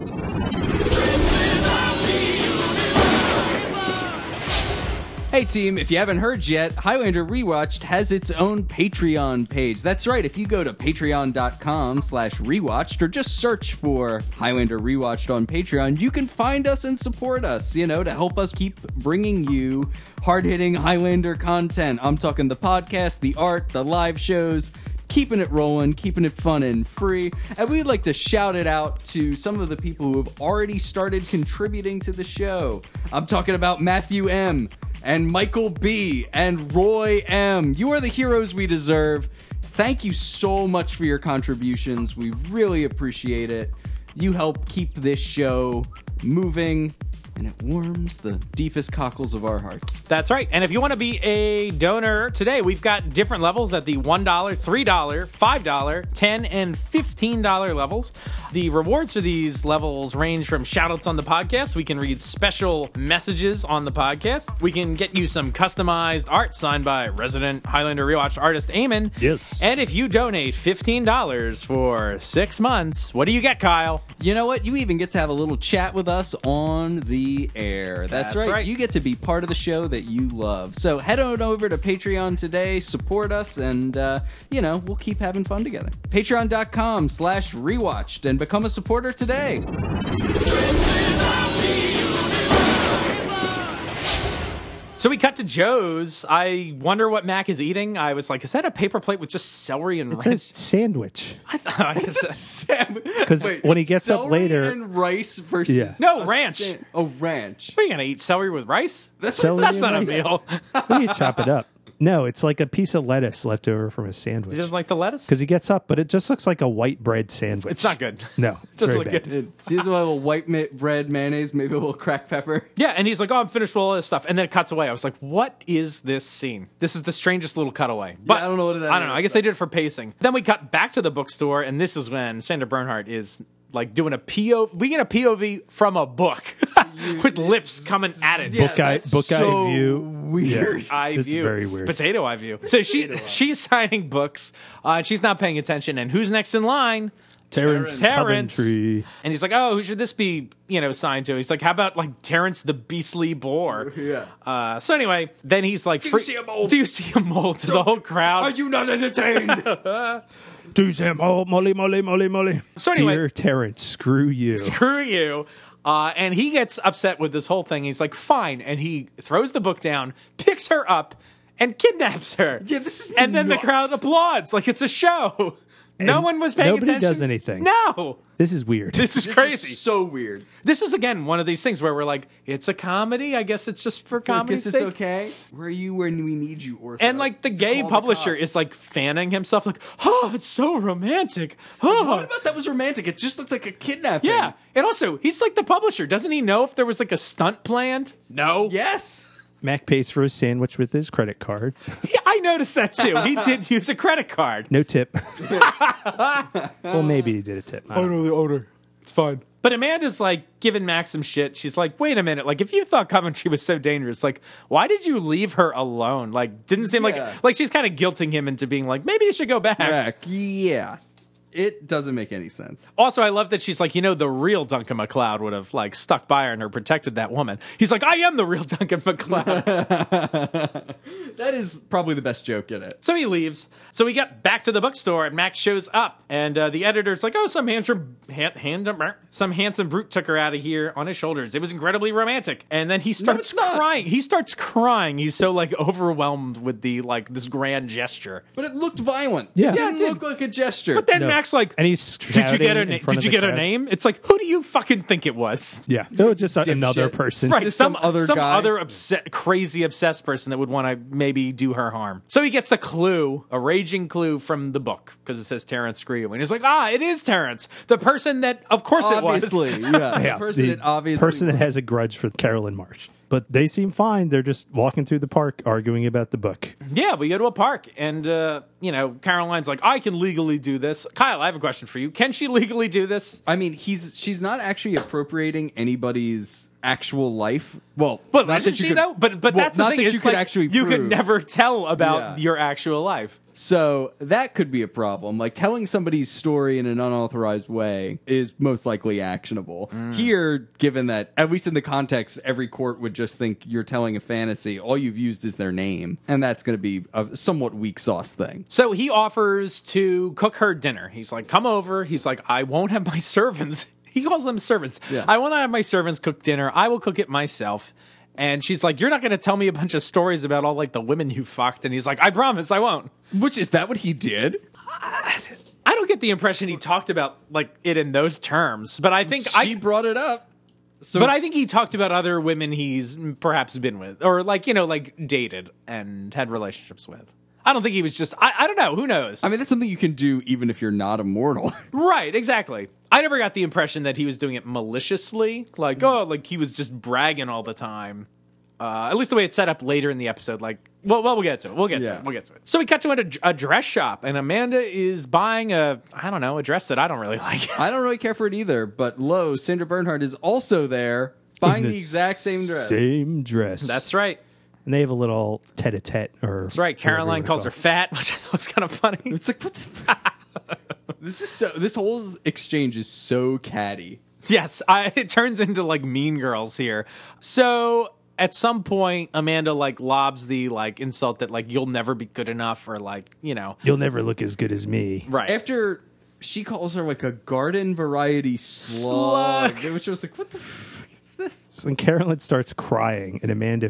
Speaker 5: Hey team, if you haven't heard yet, Highlander Rewatched has its own Patreon page. That's right, if you go to patreon.com slash rewatched or just search for Highlander Rewatched on Patreon, you can find us and support us, you know, to help us keep bringing you hard-hitting Highlander content. I'm talking the podcast, the art, the live shows, keeping it rolling, keeping it fun and free. And we'd like to shout it out to some of the people who have already started contributing to the show. I'm talking about Matthew M. and Michael B. and Roy M. You are the heroes we deserve. Thank you so much for your contributions. We really appreciate it. You help keep this show moving, and it warms the deepest cockles of our hearts.
Speaker 4: That's right. And if you want to be a donor today, we've got different levels at the $1, $3, $5, $10, and $15 levels. The rewards for these levels range from shout outs on the podcast. We can read special messages on the podcast. We can get you some customized art signed by resident Highlander Rewatch artist Eamon.
Speaker 3: Yes.
Speaker 4: And if you donate $15 for six months, what do you get, Kyle?
Speaker 5: You know what? You even get to have a little chat with us on the air. That's,
Speaker 4: That's
Speaker 5: right.
Speaker 4: right.
Speaker 5: You get to be part of the show that you love. So head on over to Patreon today, support us, and uh, you know we'll keep having fun together. Patreon.com/rewatched slash rewatched and become a supporter today.
Speaker 4: So we cut to Joe's. I wonder what Mac is eating. I was like, is that a paper plate with just celery and
Speaker 3: It's a
Speaker 4: ranch?
Speaker 3: sandwich.
Speaker 4: I thought I uh, guess-
Speaker 5: Because
Speaker 3: Wait, when he gets up later-
Speaker 5: and rice versus
Speaker 3: Yeah.
Speaker 4: No,
Speaker 5: a
Speaker 4: ranch.
Speaker 5: sa- oh ranch.
Speaker 4: What are you gonna eat celery with rice?
Speaker 5: That's
Speaker 3: Celery
Speaker 5: what I
Speaker 4: That's
Speaker 5: thought.
Speaker 4: not a
Speaker 3: and rice.
Speaker 4: meal.
Speaker 3: When you chop it up, No, it's like a piece of lettuce left over from a
Speaker 4: He
Speaker 3: sandwich.
Speaker 4: doesn't like the lettuce.
Speaker 3: Because he gets up, but it just looks like a white bread sandwich.
Speaker 4: It's not good.
Speaker 3: No, it's
Speaker 4: Doesn't
Speaker 3: very
Speaker 4: look
Speaker 3: bad.
Speaker 4: good.
Speaker 5: It's a little white ma- bread mayonnaise, maybe a little crack pepper.
Speaker 4: Yeah, and he's like, "Oh, I'm finished with all this stuff," and then it cuts away. I was like, "What is this scene? This is the strangest little cutaway." But
Speaker 5: I don't know what that
Speaker 4: I don't know.
Speaker 5: is,
Speaker 4: I guess they did it for pacing. Then we cut back to the bookstore, and this is when Sandra Bernhardt is like doing a PO. We get a POV from a book with lips coming at it.
Speaker 3: Book eye,
Speaker 5: that's
Speaker 3: book
Speaker 5: so
Speaker 3: eye view.
Speaker 5: weird.
Speaker 3: Yeah,
Speaker 4: Eye
Speaker 3: it's
Speaker 4: view.
Speaker 3: very weird.
Speaker 4: Potato eye view. So she she's signing books. Uh, she's not paying attention. And who's next in line?
Speaker 3: Terrence
Speaker 4: Terrence.
Speaker 3: Coventry.
Speaker 4: And he's like, "Oh, who should this be?" You know, signed to. He's like, "How about like Terrence the Beastly Boar?"
Speaker 5: Yeah.
Speaker 4: Uh, so anyway, then he's like, "Do
Speaker 5: you see a mole?"
Speaker 4: Do you see a mole?" To the whole crowd.
Speaker 5: Are you not entertained?
Speaker 3: Do Sam Hall, Oh, Molly, Molly, Molly, Molly.
Speaker 4: So anyway-
Speaker 3: Dear Terrence, screw you.
Speaker 4: screw you. Uh, and he gets upset with this whole thing. He's like, fine. And he throws the book down, picks her up, and kidnaps her.
Speaker 5: Yeah, this is
Speaker 4: And then
Speaker 5: nuts.
Speaker 4: the crowd applauds like it's a show. no
Speaker 3: And
Speaker 4: one was paying
Speaker 3: nobody
Speaker 4: attention.
Speaker 3: does anything.
Speaker 4: No.
Speaker 3: This is weird.
Speaker 4: This is
Speaker 5: This is
Speaker 4: crazy.
Speaker 5: so weird.
Speaker 4: this is, again, one of these things where we're like, it's a comedy. I guess it's just for
Speaker 5: I
Speaker 4: comedy's
Speaker 5: guess it's
Speaker 4: sake.
Speaker 5: okay. Where are you when we need you, Ortho?
Speaker 4: And like the
Speaker 5: To
Speaker 4: gay
Speaker 5: call
Speaker 4: publisher
Speaker 5: cops.
Speaker 4: is like fanning himself, like, oh, it's so romantic. Oh,
Speaker 5: What about that was romantic? It just looked like a kidnapping.
Speaker 4: yeah. And also, he's like the publisher. Doesn't he know if there was like a stunt planned? No.
Speaker 5: Yes.
Speaker 3: Mac pays for his sandwich with his credit card.
Speaker 4: Yeah, I noticed that too. He did use a credit card.
Speaker 3: No tip. well, maybe he did a tip. I don't know.
Speaker 4: the odor. It's fine. But Amanda's like giving Max some shit. She's like, wait a minute. Like, if you thought Coventry was so dangerous, like, why did you leave her alone? Like, didn't seem
Speaker 5: Yeah.
Speaker 4: like like she's kind of guilting him into being like, maybe you should go back.
Speaker 5: Heck, yeah. It doesn't make any sense.
Speaker 4: Also, I love that she's like, you know, the real Duncan McLeod would have like stuck by her and her protected that woman. He's like, I am the real Duncan McLeod.
Speaker 5: That is probably the best joke in it.
Speaker 4: So he leaves. So we get back to the bookstore, and Max shows up, and uh, the editor's like, "Oh, some handsome, hand, hand, brr, some handsome brute took her out of here on his shoulders. It was incredibly romantic." And then he starts
Speaker 5: it's not.
Speaker 4: crying. He starts crying. He's so like overwhelmed with the like this grand gesture.
Speaker 5: But it looked violent.
Speaker 3: Yeah.
Speaker 5: It
Speaker 3: Yeah, it
Speaker 5: didn't
Speaker 4: did.
Speaker 5: look like a gesture.
Speaker 4: But then Max like,
Speaker 3: And he's
Speaker 4: "Did you get
Speaker 3: shouting
Speaker 4: her
Speaker 3: in
Speaker 4: name?
Speaker 3: front
Speaker 4: Did you
Speaker 3: of the
Speaker 4: get her
Speaker 3: crowd.
Speaker 4: name?" It's like, who do you fucking think it was?
Speaker 3: Yeah. No, just another
Speaker 5: Dipshit.
Speaker 3: person.
Speaker 4: Right,
Speaker 5: Just
Speaker 4: some,
Speaker 5: some other
Speaker 4: some
Speaker 5: guy.
Speaker 4: other obse- crazy obsessed person that would want to maybe do her harm. So he gets a clue, a raging clue from the book because it says Terrence Screw, and he's like, ah, it is Terrence, the person that, of course,
Speaker 5: obviously,
Speaker 4: it was.
Speaker 5: yeah.
Speaker 3: Yeah,
Speaker 5: The person
Speaker 3: the
Speaker 5: it obviously
Speaker 3: person that has a grudge for Carolyn Marsh. But they seem fine. They're just walking through the park arguing about the book.
Speaker 4: Yeah, we go to a park, and uh, you know, Caroline's like, I can legally do this. Kyle, I have a question for you. Can she legally do this?
Speaker 5: I mean, he's she's not actually appropriating anybody's actual life. Well,
Speaker 4: But
Speaker 5: not
Speaker 4: isn't
Speaker 5: that you
Speaker 4: she
Speaker 5: could-
Speaker 4: though? But but
Speaker 5: well,
Speaker 4: that's the
Speaker 5: not
Speaker 4: thing.
Speaker 5: that
Speaker 4: is
Speaker 5: you could
Speaker 4: like,
Speaker 5: actually
Speaker 4: you could
Speaker 5: prove.
Speaker 4: never tell about
Speaker 5: Yeah.
Speaker 4: your actual life.
Speaker 5: So that could be a problem. Like telling somebody's story in an unauthorized way is most likely actionable. Here, given that at least in the context, every court would just think you're telling a fantasy. All you've used is their name, and that's going to be a somewhat weak sauce thing.
Speaker 4: So he offers to cook her dinner. He's like, come over. He's like, I won't have my servants. He calls them servants.
Speaker 5: Yeah.
Speaker 4: I will not have my servants cook dinner. I will cook it myself. And she's like, You're not going to tell me a bunch of stories about all like the women you fucked. And he's like, I promise I won't.
Speaker 5: Which is that what he did?
Speaker 4: I don't get the impression he talked about like it in those terms, but I think
Speaker 5: she
Speaker 4: I.
Speaker 5: brought it up. So
Speaker 4: But I think he talked about other women he's perhaps been with, or like you know, like dated and had relationships with. I don't think he was just. I, I don't know. Who knows?
Speaker 5: I mean, that's something you can do even if you're not immortal.
Speaker 4: Right, exactly. I never got the impression that he was doing it maliciously, like oh, like he was just bragging all the time. Uh, at least the way it's set up later in the episode, like well, well, we'll get to it. We'll get to
Speaker 5: Yeah.
Speaker 4: it. We'll get to it. So we cut to a, a dress shop, and Amanda is buying a I don't know a dress that I don't really like.
Speaker 5: I don't really care for it either. But lo, Sandra Bernhardt is also there buying the, exact same dress.
Speaker 3: Same dress.
Speaker 4: That's right.
Speaker 3: And they have a little tete a tete or
Speaker 4: That's right. Caroline calls her fat, which I thought was kind of funny.
Speaker 5: It's like what the. this is so. This whole exchange is so catty.
Speaker 4: yes, I, it turns into like Mean Girls here. So at some point, Amanda like lobs the like insult that like you'll never be good enough or like you know
Speaker 3: You'll never look as good as me.
Speaker 4: right
Speaker 5: After she calls her like a garden variety slug,
Speaker 4: Slug.
Speaker 5: which was like, what the. F- is this?
Speaker 3: So then Carolyn starts crying, and Amanda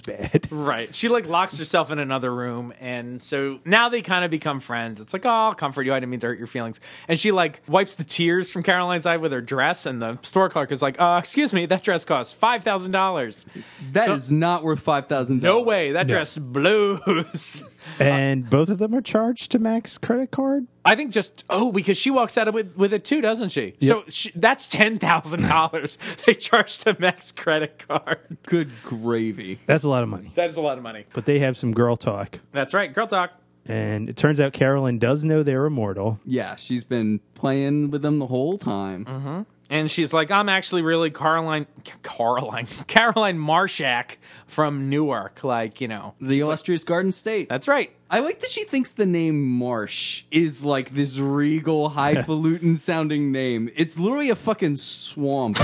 Speaker 3: bad.
Speaker 4: Right. She like locks herself in another room and so now they kind of become friends. It's like, "Oh, I'll comfort you. I didn't mean to hurt your feelings." And she like wipes the tears from Caroline's eye with her dress and the store clerk is like, "Uh, excuse me, that dress costs $5,000."
Speaker 5: That is
Speaker 4: So-
Speaker 5: not worth five thousand.
Speaker 4: No way. That dress blows.
Speaker 3: And both of them are charged to Mac's credit card.
Speaker 4: I think just oh because she walks out of with with it too, doesn't she? So she, that's ten thousand dollars they charge the max credit card.
Speaker 5: Good gravy.
Speaker 3: That's a lot of money.
Speaker 4: That is a lot of money.
Speaker 3: But they have some girl talk.
Speaker 4: That's right, girl talk.
Speaker 3: And it turns out Carolyn does know they're immortal.
Speaker 5: Yeah, she's been playing with them the whole time.
Speaker 4: And she's like, I'm actually really Caroline, Caroline, Caroline Marshak from Newark. Like you know,
Speaker 5: The illustrious Garden State.
Speaker 4: that's right.
Speaker 5: I like that she thinks the name Marsh is like this regal, highfalutin sounding name. It's literally a fucking swamp.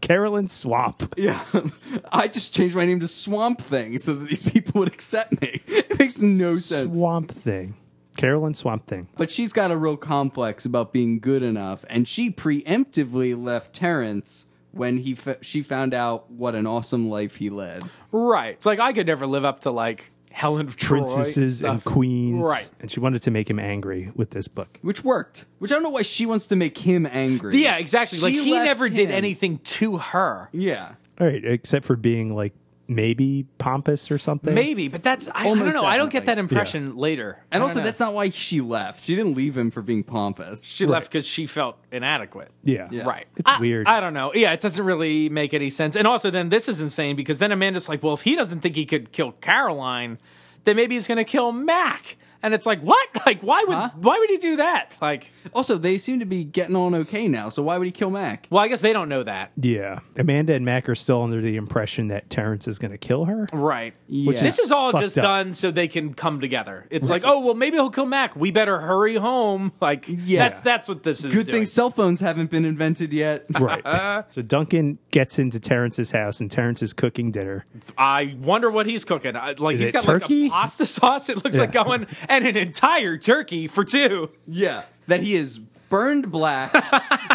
Speaker 3: Carolyn Swamp.
Speaker 5: yeah. I just changed my name to Swamp Thing so that these people would accept me. It makes no sense.
Speaker 3: Swamp Thing. Carolyn Swamp Thing.
Speaker 5: But she's got a real complex about being good enough, and she preemptively left Terrence when he f- she found out what an awesome life he led.
Speaker 4: Right. It's like I could never live up to like Helen of Troy
Speaker 3: Princesses and
Speaker 4: stuff.
Speaker 3: queens.
Speaker 4: Right.
Speaker 3: And she wanted to make him angry with this book.
Speaker 5: Which worked. Which I don't know why she wants to make him angry.
Speaker 4: Yeah, exactly. like
Speaker 5: She
Speaker 4: he
Speaker 5: left
Speaker 4: never did
Speaker 5: him.
Speaker 4: anything to her.
Speaker 5: Yeah.
Speaker 3: All right, except for being like maybe pompous or something.
Speaker 4: Maybe, but that's I, I don't know.
Speaker 5: Almost
Speaker 4: I don't get
Speaker 5: definitely.
Speaker 4: that impression later. I
Speaker 5: And
Speaker 4: don't
Speaker 5: also,
Speaker 4: know.
Speaker 5: that's not why she left. She didn't leave him for being pompous.
Speaker 4: she left because she felt inadequate.
Speaker 3: Yeah.
Speaker 5: Yeah.
Speaker 4: Right.
Speaker 3: It's
Speaker 4: I-
Speaker 3: weird.
Speaker 4: I don't know. Yeah, it doesn't really make any sense. And also, then this is insane because then Amanda's like, well, if he doesn't think he could kill Caroline, then maybe he's going to kill Mac. And it's like, what? Like, why would
Speaker 5: Huh?
Speaker 4: why would he do that? Like,
Speaker 5: Also, they seem to be getting on okay now, so why would he kill Mac?
Speaker 4: well, I guess they don't know that.
Speaker 3: Yeah. Amanda and Mac are still under the impression that Terrence is going to kill her.
Speaker 4: Right.
Speaker 5: Which is
Speaker 4: this is all
Speaker 3: fucked
Speaker 4: just
Speaker 3: up.
Speaker 4: done so they can come together. It's like, oh, well, maybe he'll kill Mac. We better hurry home. Like, yeah. that's that's what this is.
Speaker 5: Good
Speaker 4: doing.
Speaker 5: thing cell phones haven't been invented yet.
Speaker 3: Right. so Duncan gets into Terrence's house and Terrence is cooking dinner.
Speaker 4: I wonder what he's cooking. I, like,
Speaker 3: Is
Speaker 4: he's
Speaker 3: it
Speaker 4: got
Speaker 3: turkey?
Speaker 4: like a pasta sauce. It looks
Speaker 3: Yeah.
Speaker 4: like going and an entire turkey for two.
Speaker 5: yeah. That he is burned black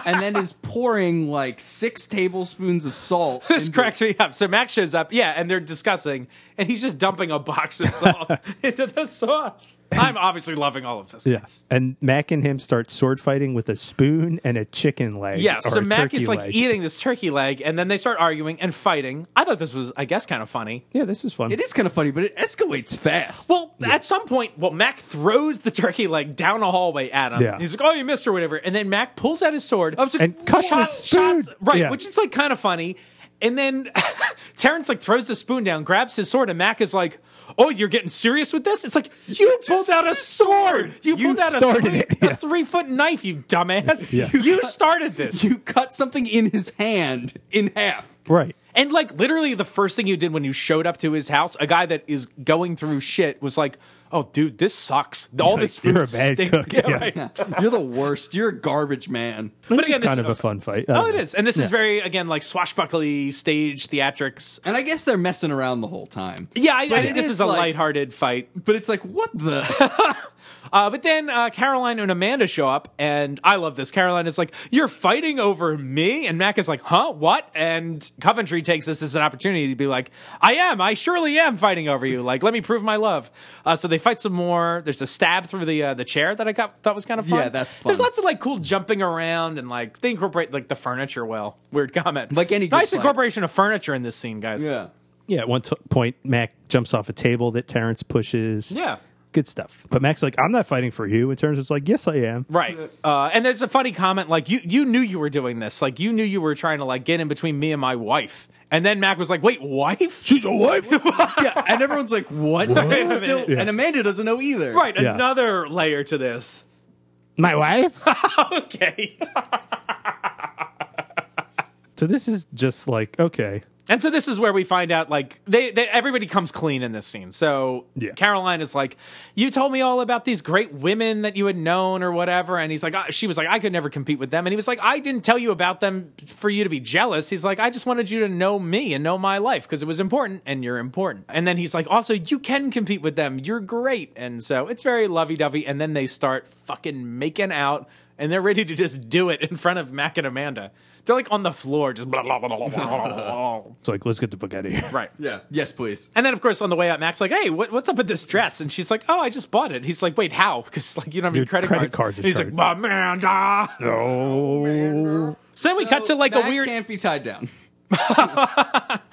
Speaker 5: and then is pouring like six tablespoons of salt.
Speaker 4: This
Speaker 5: into-
Speaker 4: cracks me up. So Max shows up, yeah, and they're discussing, and he's just dumping a box of salt into the sauce. I'm obviously loving all of this.
Speaker 3: Yes. And Mac and him start sword fighting with a spoon and a chicken leg.
Speaker 4: Yeah,
Speaker 3: or
Speaker 4: so
Speaker 3: a
Speaker 4: Mac
Speaker 3: turkey
Speaker 4: is like
Speaker 3: leg.
Speaker 4: eating this turkey leg, and then they start arguing and fighting. I thought this was, I guess, kind of funny.
Speaker 3: Yeah, this is fun.
Speaker 5: It is kind of funny, but it escalates fast.
Speaker 4: Well, at some point, well, Mac throws the turkey leg down a hallway at him.
Speaker 3: Yeah.
Speaker 4: He's like, "Oh, you missed or whatever," and then Mac pulls out his sword.
Speaker 5: I was like,
Speaker 3: and cuts
Speaker 4: Shot-
Speaker 3: his spoon.
Speaker 4: shots- right,
Speaker 3: Yeah.
Speaker 4: which is like kind of funny. And then Terrence like throws the spoon down, grabs his sword, and Mac is like, "Oh, you're getting serious with this?" It's like you pulled out a sword. You,
Speaker 3: You
Speaker 4: pulled out a
Speaker 3: started
Speaker 4: three,
Speaker 3: it, yeah.
Speaker 4: a three foot knife. You dumbass.
Speaker 3: Yeah.
Speaker 4: You started this.
Speaker 5: you cut something in his hand in half.
Speaker 3: right.
Speaker 4: and like literally, the first thing you did when you showed up to his house, a guy that is going through shit was like, "Oh, dude, this sucks. All this food
Speaker 3: You're a bad
Speaker 4: stinks."
Speaker 3: cook,
Speaker 4: Yeah,
Speaker 3: yeah.
Speaker 4: right.
Speaker 5: You're the worst. You're a garbage man.
Speaker 3: But
Speaker 4: again, this
Speaker 3: kind
Speaker 4: is-
Speaker 3: of a fun fight.
Speaker 4: Oh, it is, and this is very again like swashbuckly stage theatrics.
Speaker 5: And I guess they're messing around the whole time.
Speaker 4: Yeah, I, I think
Speaker 5: it
Speaker 4: this
Speaker 5: is
Speaker 4: is a
Speaker 5: like-
Speaker 4: lighthearted fight.
Speaker 5: But it's like, what the?
Speaker 4: Uh, but then uh, Caroline and Amanda show up, and I love this. Caroline is like, "You're fighting over me," and Mac is like, "Huh? What?" And Coventry takes this as an opportunity to be like, "I am. I surely am fighting over you. Like, let me prove my love." Uh, so they fight some more. There's a stab through the uh, the chair that I got thought was kind of fun.
Speaker 5: Yeah, that's fun.
Speaker 4: There's lots of like cool jumping around and like they incorporate like the furniture well. Weird comment.
Speaker 5: Like any good
Speaker 4: nice
Speaker 5: fight.
Speaker 4: incorporation of furniture in this scene, guys.
Speaker 5: yeah.
Speaker 3: Yeah, at one t- point, Mac jumps off a table that Terrence pushes.
Speaker 4: Yeah.
Speaker 3: Good stuff. But Mac's like, I'm not fighting for you. And Terrence is like, yes, I am.
Speaker 4: Right. Uh, and there's a funny comment like you you knew you were doing this. Like you knew you were trying to like get in between me and my wife. And then Mac was like, "Wait, wife?" She's a wife.
Speaker 5: yeah. And everyone's like, what?
Speaker 4: Wait a
Speaker 5: Still-
Speaker 4: minute.
Speaker 5: And Amanda doesn't know either.
Speaker 4: right,
Speaker 3: Yeah.
Speaker 4: another layer to this.
Speaker 3: My wife?
Speaker 4: Okay.
Speaker 3: so this is just like, okay.
Speaker 4: and so this is where we find out like they, they everybody comes clean in this scene. So
Speaker 3: Yeah.
Speaker 4: Caroline is like, "You told me all about these great women that you had known or whatever." And he's like, "I- "She was like, I could never compete with them." And he was like, "I didn't tell you about them for you to be jealous." He's like, "I just wanted you to know me and know my life because it was important and you're important." And then he's like, "Also, you can compete with them. You're great." And so it's very lovey-dovey and then they start fucking making out and they're ready to just do it in front of Mac and Amanda. They're like on the floor, just blah blah blah blah blah. blah, blah, blah.
Speaker 3: It's like, let's get the fuck out of here.
Speaker 4: right.
Speaker 5: Yeah. Yes, please.
Speaker 4: And then, of course, on the way out, Mac's like, "Hey, what, what's up with this dress?" And she's like, "Oh, I just bought it." He's like, "Wait, how?" Because like you don't have
Speaker 3: Your
Speaker 4: any credit,
Speaker 3: credit cards
Speaker 4: cards.
Speaker 3: are
Speaker 4: And he's like, "Amanda."
Speaker 3: Oh.
Speaker 4: So then we cut to like a
Speaker 5: that
Speaker 4: weird.
Speaker 5: can't be tied down.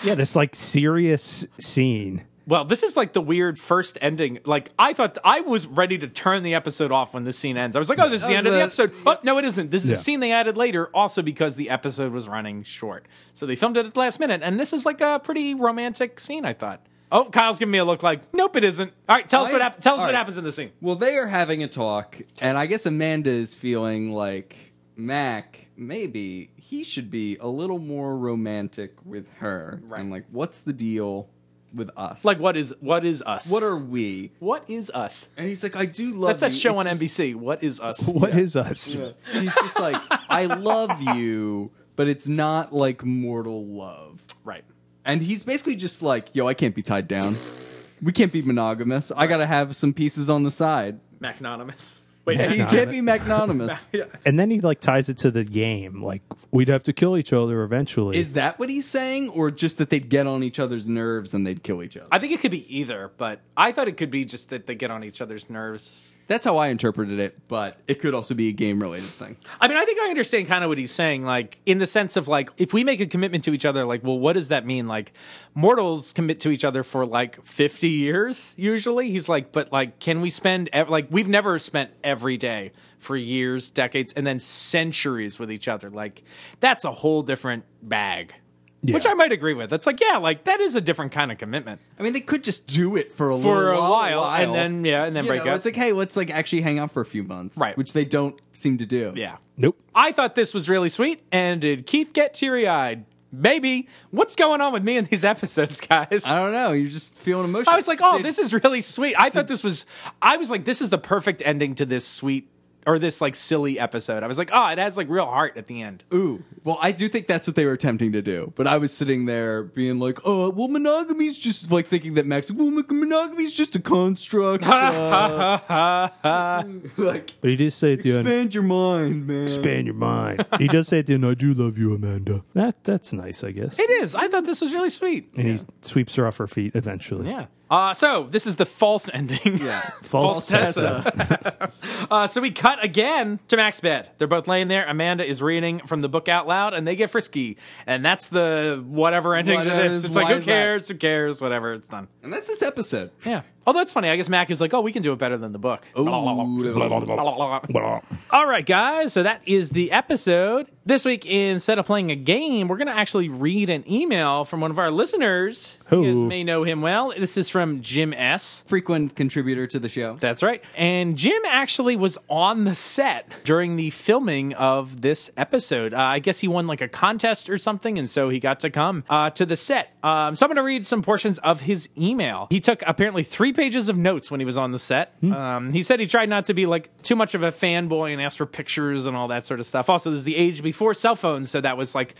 Speaker 3: Yeah, this like serious scene.
Speaker 4: Well, this is like the weird first ending. Like I thought I was ready to turn the episode off when this scene ends. I was like, "Oh, this is the
Speaker 5: That
Speaker 4: end
Speaker 5: was
Speaker 4: of the
Speaker 5: a-
Speaker 4: episode." Oh, no, it isn't. This is
Speaker 3: Yeah.
Speaker 4: a scene they added later, also because the episode was running short. So they filmed it at the last minute, and this is like a pretty romantic scene. I thought. Oh, Kyle's giving me a look like, "Nope, it isn't." All right, tell us
Speaker 5: I-
Speaker 4: what hap- tell us
Speaker 5: all
Speaker 4: what
Speaker 5: right.
Speaker 4: happens in the scene.
Speaker 5: Well, they are having a talk, and I guess Amanda is feeling like Mac. Maybe he should be a little more romantic with her.
Speaker 4: Right.
Speaker 5: And like, what's the deal with us?
Speaker 4: Like, what is what is us?
Speaker 5: What are we?
Speaker 4: What is us?
Speaker 5: And he's like, I do love.
Speaker 4: That's that
Speaker 5: you.
Speaker 4: show
Speaker 5: It's
Speaker 4: on
Speaker 5: just-
Speaker 4: NBC. What is us?
Speaker 3: What is us?
Speaker 5: He's just like, I love you, but it's not like mortal love.
Speaker 4: Right.
Speaker 5: And he's basically just like, yo, I can't be tied down. We can't be monogamous. I gotta have some pieces on the side.
Speaker 4: Magnanimous. Wait,
Speaker 5: Yeah, you
Speaker 4: Mac-
Speaker 5: can't be magnanimous.
Speaker 3: And then he like ties it to the game. Like we'd have to kill each other eventually.
Speaker 5: Is that what he's saying, or just that they'd get on each other's nerves and they'd kill each other?
Speaker 4: I think it could be either, but I thought it could be just that they get on each other's nerves.
Speaker 5: That's how I interpreted it, but it could also be a game related thing.
Speaker 4: I mean, I think I understand kind of what he's saying, like in the sense of like if we make a commitment to each other, like, well, what does that mean? Like, mortals commit to each other for like fifty years usually. He's like, but like, can we spend ev- like we've never spent every day for years, decades, and then centuries with each other? Like, that's a whole different bag.
Speaker 3: Yeah.
Speaker 4: Which I might agree with. It's like, yeah, like that is a different kind of commitment.
Speaker 5: I mean, they could just do it for a
Speaker 4: For
Speaker 5: little
Speaker 4: a
Speaker 5: while,
Speaker 4: while, and then- yeah, and then
Speaker 5: You
Speaker 4: break
Speaker 5: know,
Speaker 4: up.
Speaker 5: It's like, hey, let's like actually hang out for a few months,
Speaker 4: Right.
Speaker 5: Which they don't seem to do.
Speaker 4: Yeah.
Speaker 3: Nope.
Speaker 4: I thought this was really sweet. And did Keith get teary eyed? Maybe. What's going on with me in these episodes, guys?
Speaker 5: I don't know. You're just feeling emotional.
Speaker 4: I was like, oh,
Speaker 5: Did-
Speaker 4: this is really sweet. I thought this was, I was like, this is the perfect ending to this sweet or this like silly episode. I was like, oh, it has like real heart at the end.
Speaker 5: Ooh. Well, I do think that's what they were attempting to do, but I was sitting there being like, "Oh, well, monogamy's just like thinking that Max, well, mon- monogamy's just a construct." uh, like,
Speaker 3: But he did say at the end,
Speaker 5: expand your mind, man.
Speaker 3: expand your mind. he does say at the end, I do love you, Amanda. That that's nice, I guess.
Speaker 4: It is. I thought this was really sweet.
Speaker 3: And he sweeps her off her feet eventually.
Speaker 4: Yeah. Uh, so this is the false ending.
Speaker 5: Yeah.
Speaker 4: False
Speaker 3: False, Tessa.
Speaker 4: Uh, so we cut again to Mac's bed. They're both laying there. Amanda is reading from the book out loud, and they get frisky. And that's the whatever ending
Speaker 5: What
Speaker 4: to this.
Speaker 5: is-
Speaker 4: It's like,
Speaker 5: why
Speaker 4: who
Speaker 5: is that?
Speaker 4: cares? Who cares? Whatever. It's done.
Speaker 5: And that's this episode.
Speaker 4: Yeah. Although it's funny, I guess Mac is like, oh, we can do it better than the book. All right, guys. So that is the episode. This week, instead of playing a game, we're going to actually read an email from one of our listeners.
Speaker 3: Who?
Speaker 4: You guys may know him well. This is from Jim S.
Speaker 5: Frequent contributor to the show.
Speaker 4: That's right. And Jim actually was on the set during the filming of this episode. Uh, I guess he won like a contest or something, and so he got to come uh, to the set. Um, so I'm going to read some portions of his email. He took apparently three pages of notes when he was on the set. Um, he said he tried not to be like too much of a fanboy and asked for pictures and all that sort of stuff. Also, this is the age before cell phones, so that was like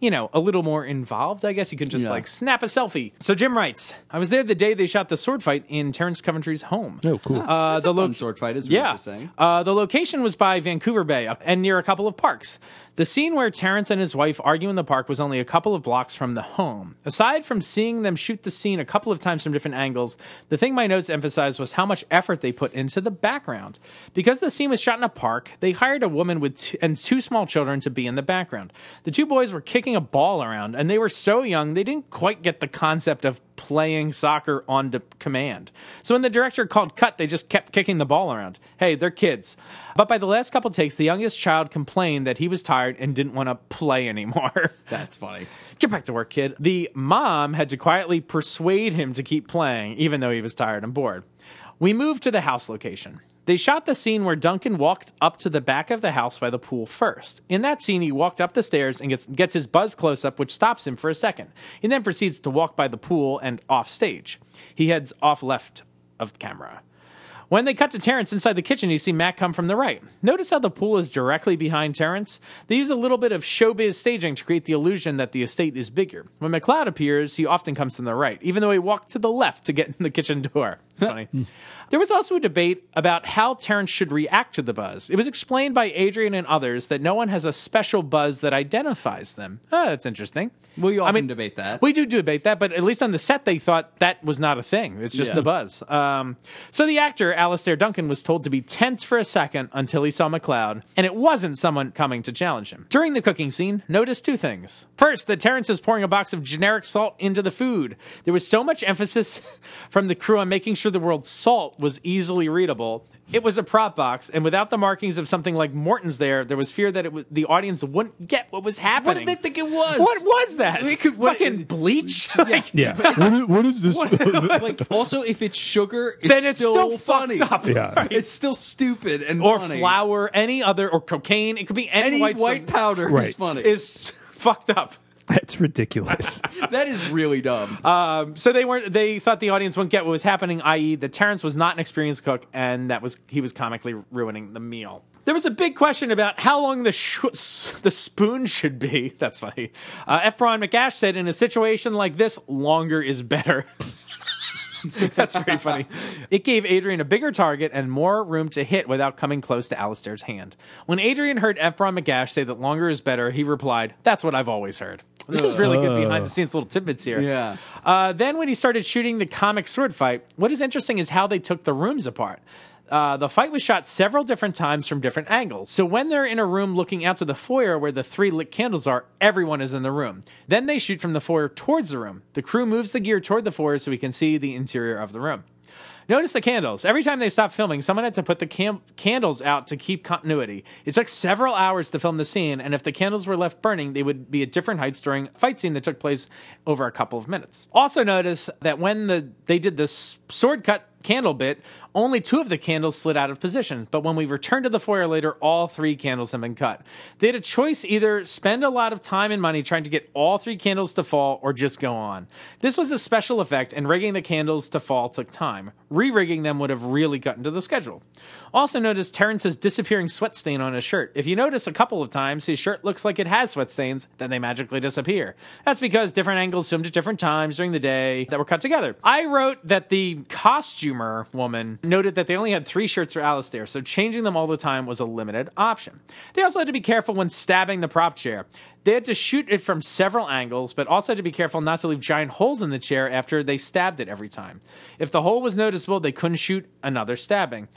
Speaker 4: you know, a little more involved. I guess you can just
Speaker 5: Yeah.
Speaker 4: like snap a selfie. So Jim writes, I was there the day they shot the sword fight in Terrence Coventry's home.
Speaker 3: Oh, cool.
Speaker 4: Uh,
Speaker 5: That's
Speaker 4: the
Speaker 5: a fun
Speaker 4: loc-
Speaker 5: sword fight, isn't it, what
Speaker 4: yeah.
Speaker 5: you're saying?
Speaker 4: Uh, the location was by Vancouver Bay uh, and near a couple of parks. The scene where Terrence and his wife argue in the park was only a couple of blocks from the home. Aside from seeing them shoot the scene a couple of times from different angles, the thing my notes emphasized was how much effort they put into the background. Because the scene was shot in a park, they hired a woman with two, and two small children to be in the background. The two boys were kicking a ball around, and they were so young they didn't quite get the concept of playing soccer on de- command. So when the director called cut, they just kept kicking the ball around. Hey, they're kids. But by the last couple takes, the youngest child complained that he was tired and didn't want to play anymore.
Speaker 5: That's funny.
Speaker 4: Get back to work, kid. The mom had to quietly persuade him to keep playing, even though he was tired and bored. We moved to the house location. They shot the scene where Duncan walked up to the back of the house by the pool first. In that scene, he walked up the stairs and gets, gets his buzz close up, which stops him for a second. He then proceeds to walk by the pool and off stage. He heads off left of the camera. When they cut to Terrence inside the kitchen, you see Matt come from the right. Notice how the pool is directly behind Terrence. They use a little bit of showbiz staging to create the illusion that the estate is bigger. When McLeod appears, he often comes from the right, even though he walked to the left to get in the kitchen door. It's funny. there was also a debate about how Terrence should react to the buzz. It was explained by Adrian and others that no one has a special buzz that identifies them. Oh, that's interesting.
Speaker 5: We
Speaker 4: I
Speaker 5: often
Speaker 4: mean,
Speaker 5: debate that.
Speaker 4: We do debate that, but at least on the set, they thought that was not a thing. It's just
Speaker 5: Yeah.
Speaker 4: the buzz. Um, so the actor, Alastair Duncan, was told to be tense for a second until he saw McLeod, and it wasn't someone coming to challenge him. During the cooking scene, notice two things. First, that Terrence is pouring a box of generic salt into the food. There was so much emphasis from the crew on making sure the word salt was easily readable. It was a prop box, and without the markings of something like Morton's there, there was fear that it w- the audience wouldn't get what was
Speaker 5: What
Speaker 4: happening.
Speaker 5: did they think it was?
Speaker 4: What was that?
Speaker 5: They could- what-
Speaker 4: Fucking bleach? Like,
Speaker 3: Yeah. what, is, what is this?
Speaker 5: like also if it's sugar, it's
Speaker 4: Then it's
Speaker 5: still,
Speaker 4: still
Speaker 5: funny.
Speaker 4: fucked up.
Speaker 3: Yeah. Right.
Speaker 5: It's still stupid and
Speaker 4: Or
Speaker 5: funny.
Speaker 4: flour, any other, or cocaine. It could be any,
Speaker 5: Any white,
Speaker 4: stuff
Speaker 5: powder is
Speaker 3: Right.
Speaker 5: funny.
Speaker 4: is fucked up.
Speaker 3: That's ridiculous.
Speaker 5: that is really dumb.
Speaker 4: Uh, So they weren't. They thought the audience wouldn't get what was happening, i.e., that Terrence was not an experienced cook, and that was he was comically ruining the meal. There was a big question about how long the sh- s- the spoon should be. That's funny. Uh, F. Braun McAsh said, "In a situation like this, longer is better." That's very funny. It gave Adrian a bigger target and more room to hit without coming close to Alistair's hand. When Adrian heard Efron McGash say that longer is better, he replied, That's what I've always heard. This is really good behind the scenes little tidbits here.
Speaker 5: Yeah.
Speaker 4: Uh, then when he started shooting the comic sword fight, what is interesting is how they took the rooms apart. Uh, the fight was shot several different times from different angles. So when they're in a room looking out to the foyer where the three lit candles are, everyone is in the room. Then they shoot from the foyer towards the room. The crew moves the gear toward the foyer so we can see the interior of the room. Notice the candles. Every time they stopped filming, someone had to put the cam- candles out to keep continuity. It took several hours to film the scene, and if the candles were left burning, they would be at different heights during a fight scene that took place over a couple of minutes. Also notice that when the they did the s- sword cut candle bit, only two of the candles slid out of position. But when we returned to the foyer later, all three candles had been cut. They had a choice either spend a lot of time and money trying to get all three candles to fall or just go on. This was a special effect, and rigging the candles to fall took time. Re rigging them would have really cut into the schedule. Also, notice Terrence's disappearing sweat stain on his shirt. If you notice a couple of times, his shirt looks like it has sweat stains, then they magically disappear. That's because different angles filmed at different times during the day that were cut together. I wrote that the costumer woman noted that they only had three shirts for Alistair, so changing them all the time was a limited option. They also had to be careful when stabbing the prop chair. They had to shoot it from several angles, but also had to be careful not to leave giant holes in the chair after they stabbed it every time. If the hole was noticeable, they couldn't shoot another stabbing.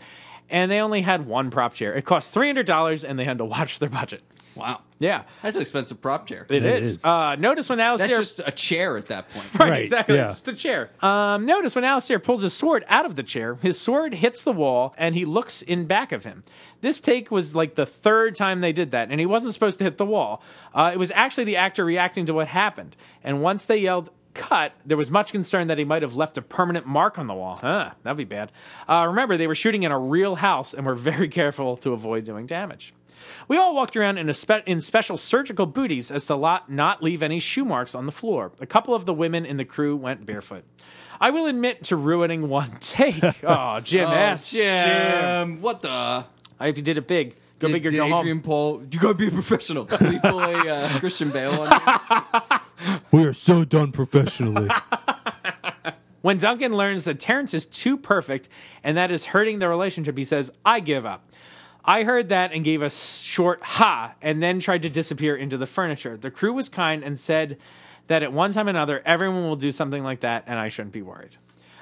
Speaker 4: And they only had one prop chair. It cost $300 and they had to watch their budget.
Speaker 5: wow.
Speaker 4: Yeah.
Speaker 5: That's an expensive prop chair.
Speaker 4: It
Speaker 3: It
Speaker 4: is.
Speaker 3: is.
Speaker 4: Uh, notice when Alistair.
Speaker 5: That's just a chair at that point.
Speaker 4: Right,
Speaker 3: Right,
Speaker 4: exactly.
Speaker 3: yeah.
Speaker 4: It's just a chair. Um, notice when Alistair pulls his sword out of the chair, his sword hits the wall and he looks in back of him. This take was like the third time they did that, and he wasn't supposed to hit the wall. Uh, it was actually the actor reacting to what happened. And once they yelled, Cut, there was much concern that he might have left a permanent mark on the wall. Huh, that'd be bad. Uh, remember, they were shooting in a real house and were very careful to avoid doing damage. We all walked around in, a spe- in special surgical booties as to lot not leave any shoe marks on the floor. A couple of the women in the crew went barefoot. I will admit to ruining one take. Oh, Jim S.
Speaker 5: Jim, what the?
Speaker 4: I hope you did it big. Go
Speaker 5: did,
Speaker 4: big or
Speaker 5: did
Speaker 4: go
Speaker 5: Adrian
Speaker 4: home.
Speaker 5: Paul, you gotta be a professional. Did he pull a uh, Christian Bale on you?
Speaker 3: we are so done professionally.
Speaker 4: When Duncan learns that Terrence is too perfect and that is hurting the relationship, he says, I give up. I heard that and gave a short ha and then tried to disappear into the furniture. The crew was kind and said that at one time or another, everyone will do something like that and I shouldn't be worried.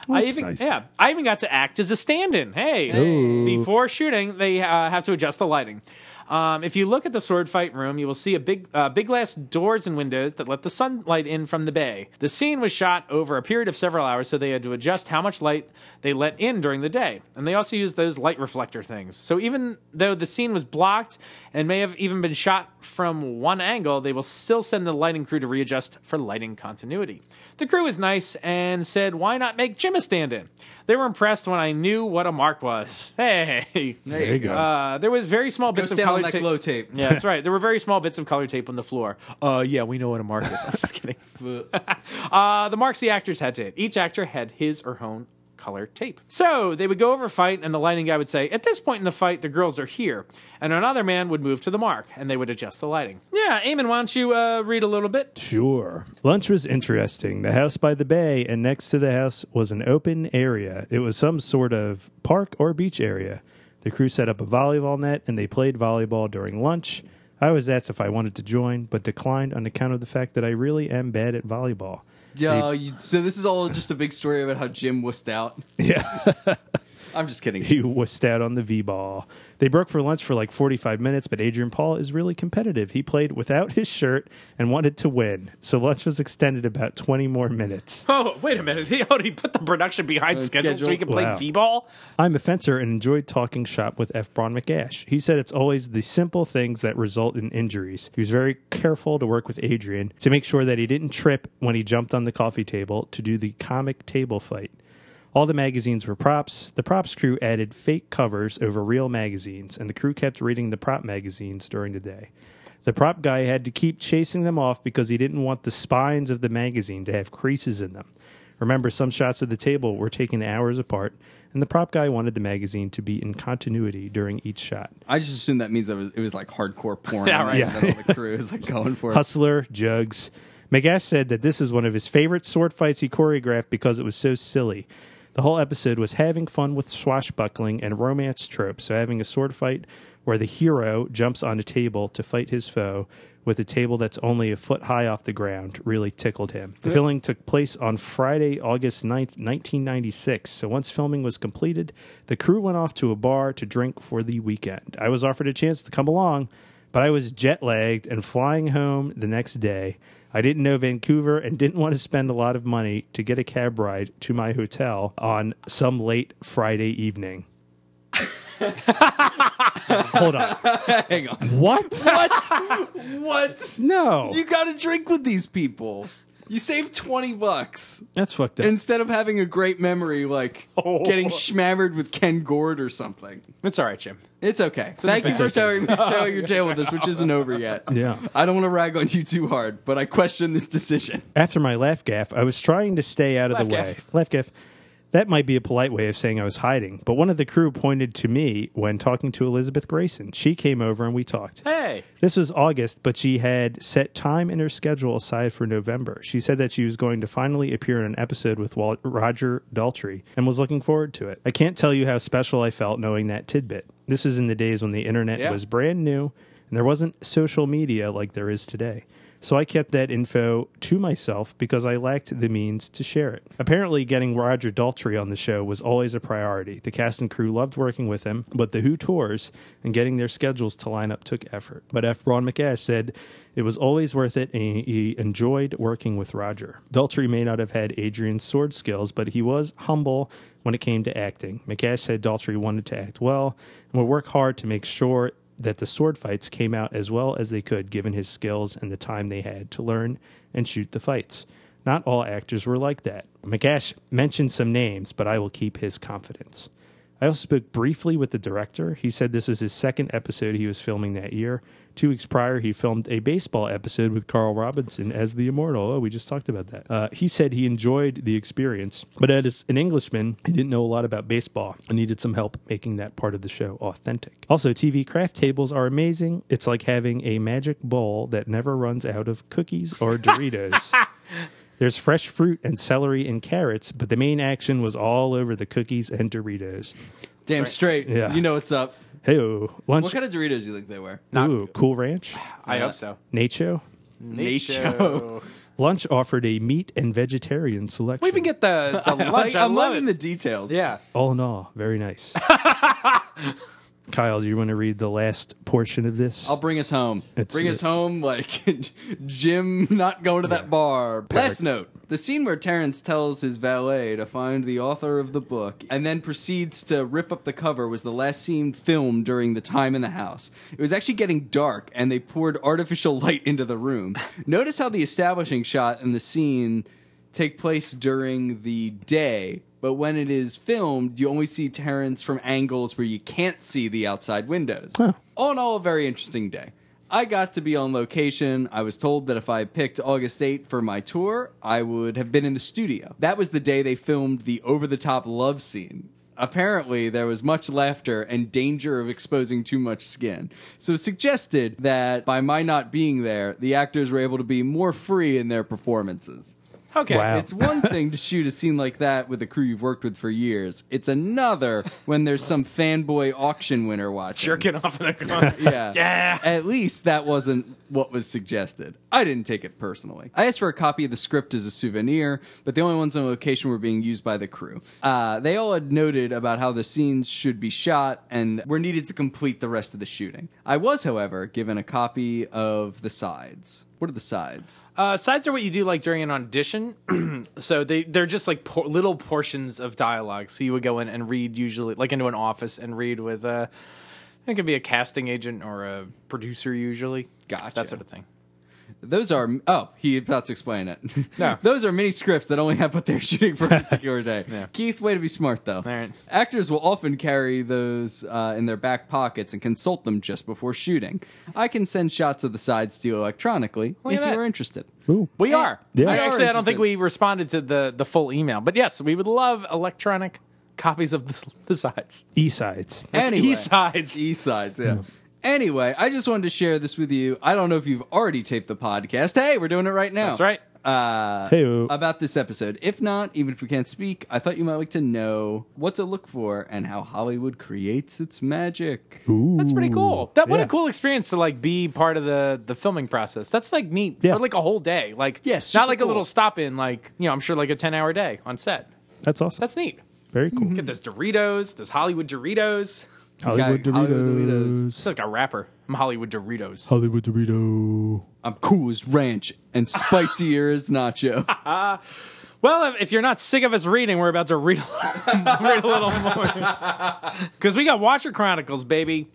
Speaker 4: I
Speaker 3: that's
Speaker 4: even
Speaker 3: nice.
Speaker 4: yeah, I even got to act as a stand-in. Hey, before shooting, they uh, have to adjust the lighting. Um, if you look at the sword fight room, you will see a big, uh, big glass doors and windows that let the sunlight in from the bay. The scene was shot over a period of several hours, so they had to adjust how much light they let in during the day. And they also used those light reflector things. So even though the scene was blocked and may have even been shot from one angle, they will still send the lighting crew to readjust for lighting continuity. The crew was nice and said, "Why not make Jim a stand-in?" They were impressed when I knew what a mark was. Hey,
Speaker 3: There you go.
Speaker 4: uh, there was very small
Speaker 5: Go
Speaker 4: bits of
Speaker 5: stand
Speaker 4: color
Speaker 5: on that
Speaker 4: tape.
Speaker 5: glow tape.
Speaker 4: Yeah, that's right. There were very small bits of color tape on the floor. Uh, yeah, we know what a mark is. I'm just kidding. uh, the marks the actors had to hit. Each actor had his or own, color tape. So they would go over a fight, and the lighting guy would say, At this point in the fight, the girls are here. And another man would move to the mark, and they would adjust the lighting. Yeah, Eamon, why don't you uh, read a little bit?
Speaker 3: Sure. Lunch was interesting. The house by the bay and next to the house was an open area. It was some sort of park or beach area. The crew set up a volleyball net and they played volleyball during lunch. I was asked if I wanted to join, but declined on account of the fact that I really am bad at volleyball.
Speaker 5: Yeah, you, so this is all just a big story about how Jim wussed out.
Speaker 3: Yeah.
Speaker 5: I'm just kidding.
Speaker 3: he wussed out on the V ball. They broke for lunch for like 45 minutes, but Adrian Paul is really competitive. He played without his shirt and wanted to win. So lunch was extended about 20 more minutes.
Speaker 4: Oh, wait a minute. He, oh, he put the production behind schedule, so he
Speaker 5: schedule.
Speaker 4: could play
Speaker 3: Wow.
Speaker 4: V ball?
Speaker 3: I'm a fencer and enjoyed talking shop with F. Braun McAsh. He said it's always the simple things that result in injuries. He was very careful to work with Adrian to make sure that he didn't trip when he jumped on the coffee table to do the comic table fight. All the magazines were props. The props crew added fake covers over real magazines, and the crew kept reading the prop magazines during the day. The prop guy had to keep chasing them off because he didn't want the spines of the magazine to have creases in them. Remember, some shots of the table were taken hours apart, and the prop guy wanted the magazine to be in continuity during each shot.
Speaker 5: I just assume that means that was, it was like hardcore porn.
Speaker 4: Yeah,
Speaker 5: and
Speaker 4: right.
Speaker 5: that all the crew is like going for it.
Speaker 3: Hustler, Jugs. McGash said that this is one of his favorite sword fights he choreographed because it was so silly. The whole episode was having fun with swashbuckling and romance tropes, so having a sword fight where the hero jumps on a table to fight his foe with a table that's only a foot high off the ground really tickled him. The filming took place on Friday, August 9th, 1996, so once filming was completed, the crew went off to a bar to drink for the weekend. I was offered a chance to come along, but I was jet lagged and flying home the next day. I didn't know Vancouver and didn't want to spend a lot of money to get a cab ride to my hotel on some late Friday evening. Hold on.
Speaker 5: Hang on.
Speaker 3: What?
Speaker 5: What? what?
Speaker 3: No.
Speaker 5: You got to drink with these people. You save 20 bucks
Speaker 3: That's fucked up.
Speaker 5: instead of having a great memory like getting schmammered with Ken Gord or something.
Speaker 4: It's all right, Jim.
Speaker 5: It's okay. Thank you for sharing, sharing your tale with us, which isn't over yet.
Speaker 3: Yeah.
Speaker 5: I don't want to rag on you too hard, but I question this decision.
Speaker 3: After my laugh gaff, I was trying to stay out of
Speaker 4: Laugh
Speaker 3: the way.
Speaker 4: gaff.
Speaker 3: Laugh gaff. That might be a polite way of saying I was hiding, but one of the crew pointed to me when talking to Elizabeth Grayson. She came over and we talked.
Speaker 4: Hey.
Speaker 3: This was August, but she had set time in her schedule aside for November. She said that she was going to finally appear in an episode with Wal- Roger Daltrey and was looking forward to it. I can't tell you how special I felt knowing that tidbit. This was in the days when the internet
Speaker 4: Yeah.
Speaker 3: was brand new and there wasn't social media like there is today. So I kept that info to myself because I lacked the means to share it. Apparently, getting Roger Daltrey on the show was always a priority. The cast and crew loved working with him, but the Who tours and getting their schedules to line up took effort. But F. Ron McAsh said it was always worth it and he enjoyed working with Roger. Daltrey may not have had Adrian's sword skills, but he was humble when it came to acting. McAsh said Daltrey wanted to act well and would work hard to make sure that the sword fights came out as well as they could given his skills and the time they had to learn and shoot the fights. Not all actors were like that. McAsh mentioned some names, but I will keep his confidence. I also spoke briefly with the director. He said this was his second episode he was filming that year. Two weeks prior, he filmed a baseball episode with Carl Robinson as the Immortal. Oh, we just talked about that. Uh, he said he enjoyed the experience, but as an Englishman, he didn't know a lot about baseball and needed some help making that part of the show authentic. Also, TV craft tables are amazing. It's like having a magic bowl that never runs out of cookies or Doritos. There's fresh fruit and celery and carrots, but the main action was all over the cookies and Doritos.
Speaker 5: Damn straight.
Speaker 3: Yeah.
Speaker 5: You know what's up.
Speaker 3: Hey, lunch.
Speaker 5: What kind of Doritos do you think they were? Uh,
Speaker 3: Ooh, Cool Ranch,
Speaker 4: I hope so.
Speaker 3: Nacho.
Speaker 5: Nacho.
Speaker 3: Lunch offered a meat and vegetarian selection.
Speaker 4: We even get the, the lunch.
Speaker 5: Like,
Speaker 4: I
Speaker 5: I'm
Speaker 4: love
Speaker 5: loving
Speaker 4: it.
Speaker 5: the details.
Speaker 4: yeah.
Speaker 3: all in all, very nice. Kyle, do you want to read the last portion of this?
Speaker 5: I'll bring us home.
Speaker 3: It's-
Speaker 5: bring us home like Jim not going to that bar. Last note. The scene where Terrence tells his valet to find the author of the book and then proceeds to rip up the cover was the last scene filmed during the time in the house. It was actually getting dark and they poured artificial light into the room. Notice how the establishing shot and the scene take place during the day, but when it is filmed, you only see Terrence from angles where you can't see the outside windows. All in all, a very interesting day. I got to be on location. I was told that if I picked August 8 for my tour, I would have been in the studio. That was the day they filmed the over the top love scene. Apparently, there was much laughter and danger of exposing too much skin. So, it suggested that by my not being there, the actors were able to be more free in their performances.
Speaker 4: Okay.
Speaker 3: Wow.
Speaker 5: It's one thing to shoot a scene like that with a crew you've worked with for years. It's another when there's some fanboy auction winner watching.
Speaker 4: Jerking off in the corner.
Speaker 5: Yeah.
Speaker 4: Yeah.
Speaker 5: At least that wasn't what was suggested. I didn't take it personally. I asked for a copy of the script as a souvenir, but the only ones on location were being used by the crew. Uh, they all had noted about how the scenes should be shot and were needed to complete the rest of the shooting. I was, however, given a copy of the sides. What are the sides?
Speaker 4: Uh, sides are what you do like during an audition. so they they're just like por- little portions of dialogue. So you would go in and read usually like into an office and read with a. It could be a casting agent or a producer usually.
Speaker 5: Gotcha.
Speaker 4: That sort of thing.
Speaker 5: Those are oh, he about to explain it.
Speaker 4: No.
Speaker 5: Those are mini scripts that only have what they're shooting for a particular day.
Speaker 4: Yeah.
Speaker 5: Keith, way to be smart though.
Speaker 4: right.
Speaker 5: Actors will often carry those uh, in their back pockets and consult them just before shooting. I can send shots of the sides to you electronically
Speaker 4: Look at
Speaker 5: if
Speaker 4: that.
Speaker 5: you are interested.
Speaker 3: Ooh.
Speaker 4: We are.
Speaker 3: Yeah.
Speaker 4: I
Speaker 3: We are
Speaker 4: actually, I don't think
Speaker 5: interested.
Speaker 4: we responded to the the full email, but yes, we would love electronic copies of the, s- the sides.
Speaker 3: E sides.
Speaker 5: anyway,
Speaker 4: East sides.
Speaker 5: East sides, yeah. Anyway, I just wanted to share this with you. I don't know if you've already taped the podcast. Hey, we're doing it right now.
Speaker 4: That's right.
Speaker 5: Uh,
Speaker 3: Hey,
Speaker 5: about this episode. If not, even if we can't speak, I thought you might like to know what to look for and how Hollywood creates its magic.
Speaker 4: That's pretty cool. That what
Speaker 3: yeah.
Speaker 4: a cool experience to like be part of the the filming process. That's like neat
Speaker 3: Yeah.
Speaker 4: for like a whole day. Like
Speaker 5: Yeah,
Speaker 4: not
Speaker 5: super
Speaker 4: like a
Speaker 5: cool.
Speaker 4: little stop in. Like you know, I'm sure like a ten hour day on set.
Speaker 3: That's awesome.
Speaker 4: That's Mm-hmm. neat.
Speaker 3: very cool.
Speaker 4: Get those Doritos, those Hollywood Doritos.
Speaker 3: Hollywood
Speaker 5: Okay, Hollywood
Speaker 3: Doritos.
Speaker 4: It's like a rapper. I'm Hollywood Doritos.
Speaker 3: Hollywood Dorito.
Speaker 5: I'm cool as ranch and spicier as nacho.
Speaker 4: Well, if- if you're not sick of us reading, we're about to read a, read a little more because we got Watcher Chronicles, baby.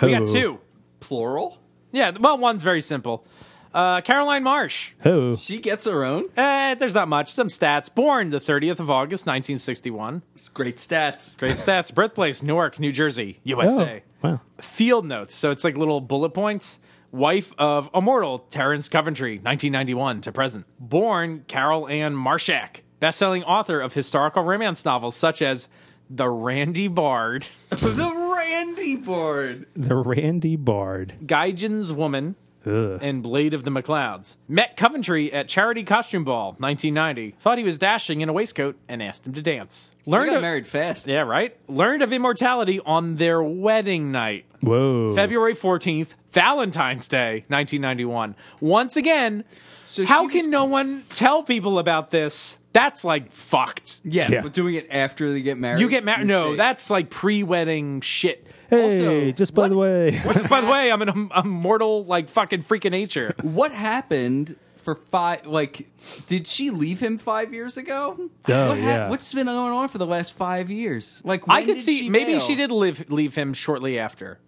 Speaker 4: We got
Speaker 3: Hello.
Speaker 4: two.
Speaker 5: Plural?
Speaker 4: Yeah, well, one's very simple. Uh, Caroline Marsh.
Speaker 3: Hello.
Speaker 5: She gets her own.
Speaker 4: Eh, there's not much. Some stats. Born the 30th of August, 1961.
Speaker 5: It's great stats.
Speaker 4: Great stats. Birthplace, Newark, New Jersey, USA.
Speaker 3: Oh, wow.
Speaker 4: Field notes. So it's like little bullet points. Wife of immortal Terrence Coventry, 1991 to present. Born Carol Ann Marshak, best-selling author of historical romance novels such as The Randy Bard,
Speaker 5: the Randy board.
Speaker 3: The Randy Bard.
Speaker 4: Gaijin's Woman,
Speaker 3: Ugh.
Speaker 4: and Blade of the McLeods. Met Coventry at Charity Costume Ball, 1990. Thought he was dashing in a waistcoat and asked him to dance.
Speaker 5: We
Speaker 4: Learned
Speaker 5: got
Speaker 4: of-
Speaker 5: married fast.
Speaker 4: Yeah, right. Learned of immortality on their wedding night.
Speaker 3: Whoa.
Speaker 4: February 14th, Valentine's Day, 1991. Once again,
Speaker 5: So
Speaker 4: how
Speaker 5: she
Speaker 4: can
Speaker 5: was-
Speaker 4: no one tell people about this? That's like fucked.
Speaker 5: Yeah,
Speaker 3: Yeah.
Speaker 5: but doing it after they get married.
Speaker 4: You get married? No,
Speaker 5: Mistakes.
Speaker 4: that's like pre-wedding shit.
Speaker 3: Hey,
Speaker 5: Also,
Speaker 3: just by
Speaker 5: what-
Speaker 3: the way.
Speaker 4: Which is, by the way, I'm an im- immortal, like fucking freak of nature.
Speaker 5: what happened for five. Like, did she leave him five years ago?
Speaker 3: Oh,
Speaker 5: what
Speaker 3: yeah.
Speaker 5: What's been going on for the last five years? Like,
Speaker 4: I
Speaker 5: when
Speaker 4: could
Speaker 5: did
Speaker 4: see
Speaker 5: she
Speaker 4: maybe
Speaker 5: bail?
Speaker 4: she did live, leave him shortly after.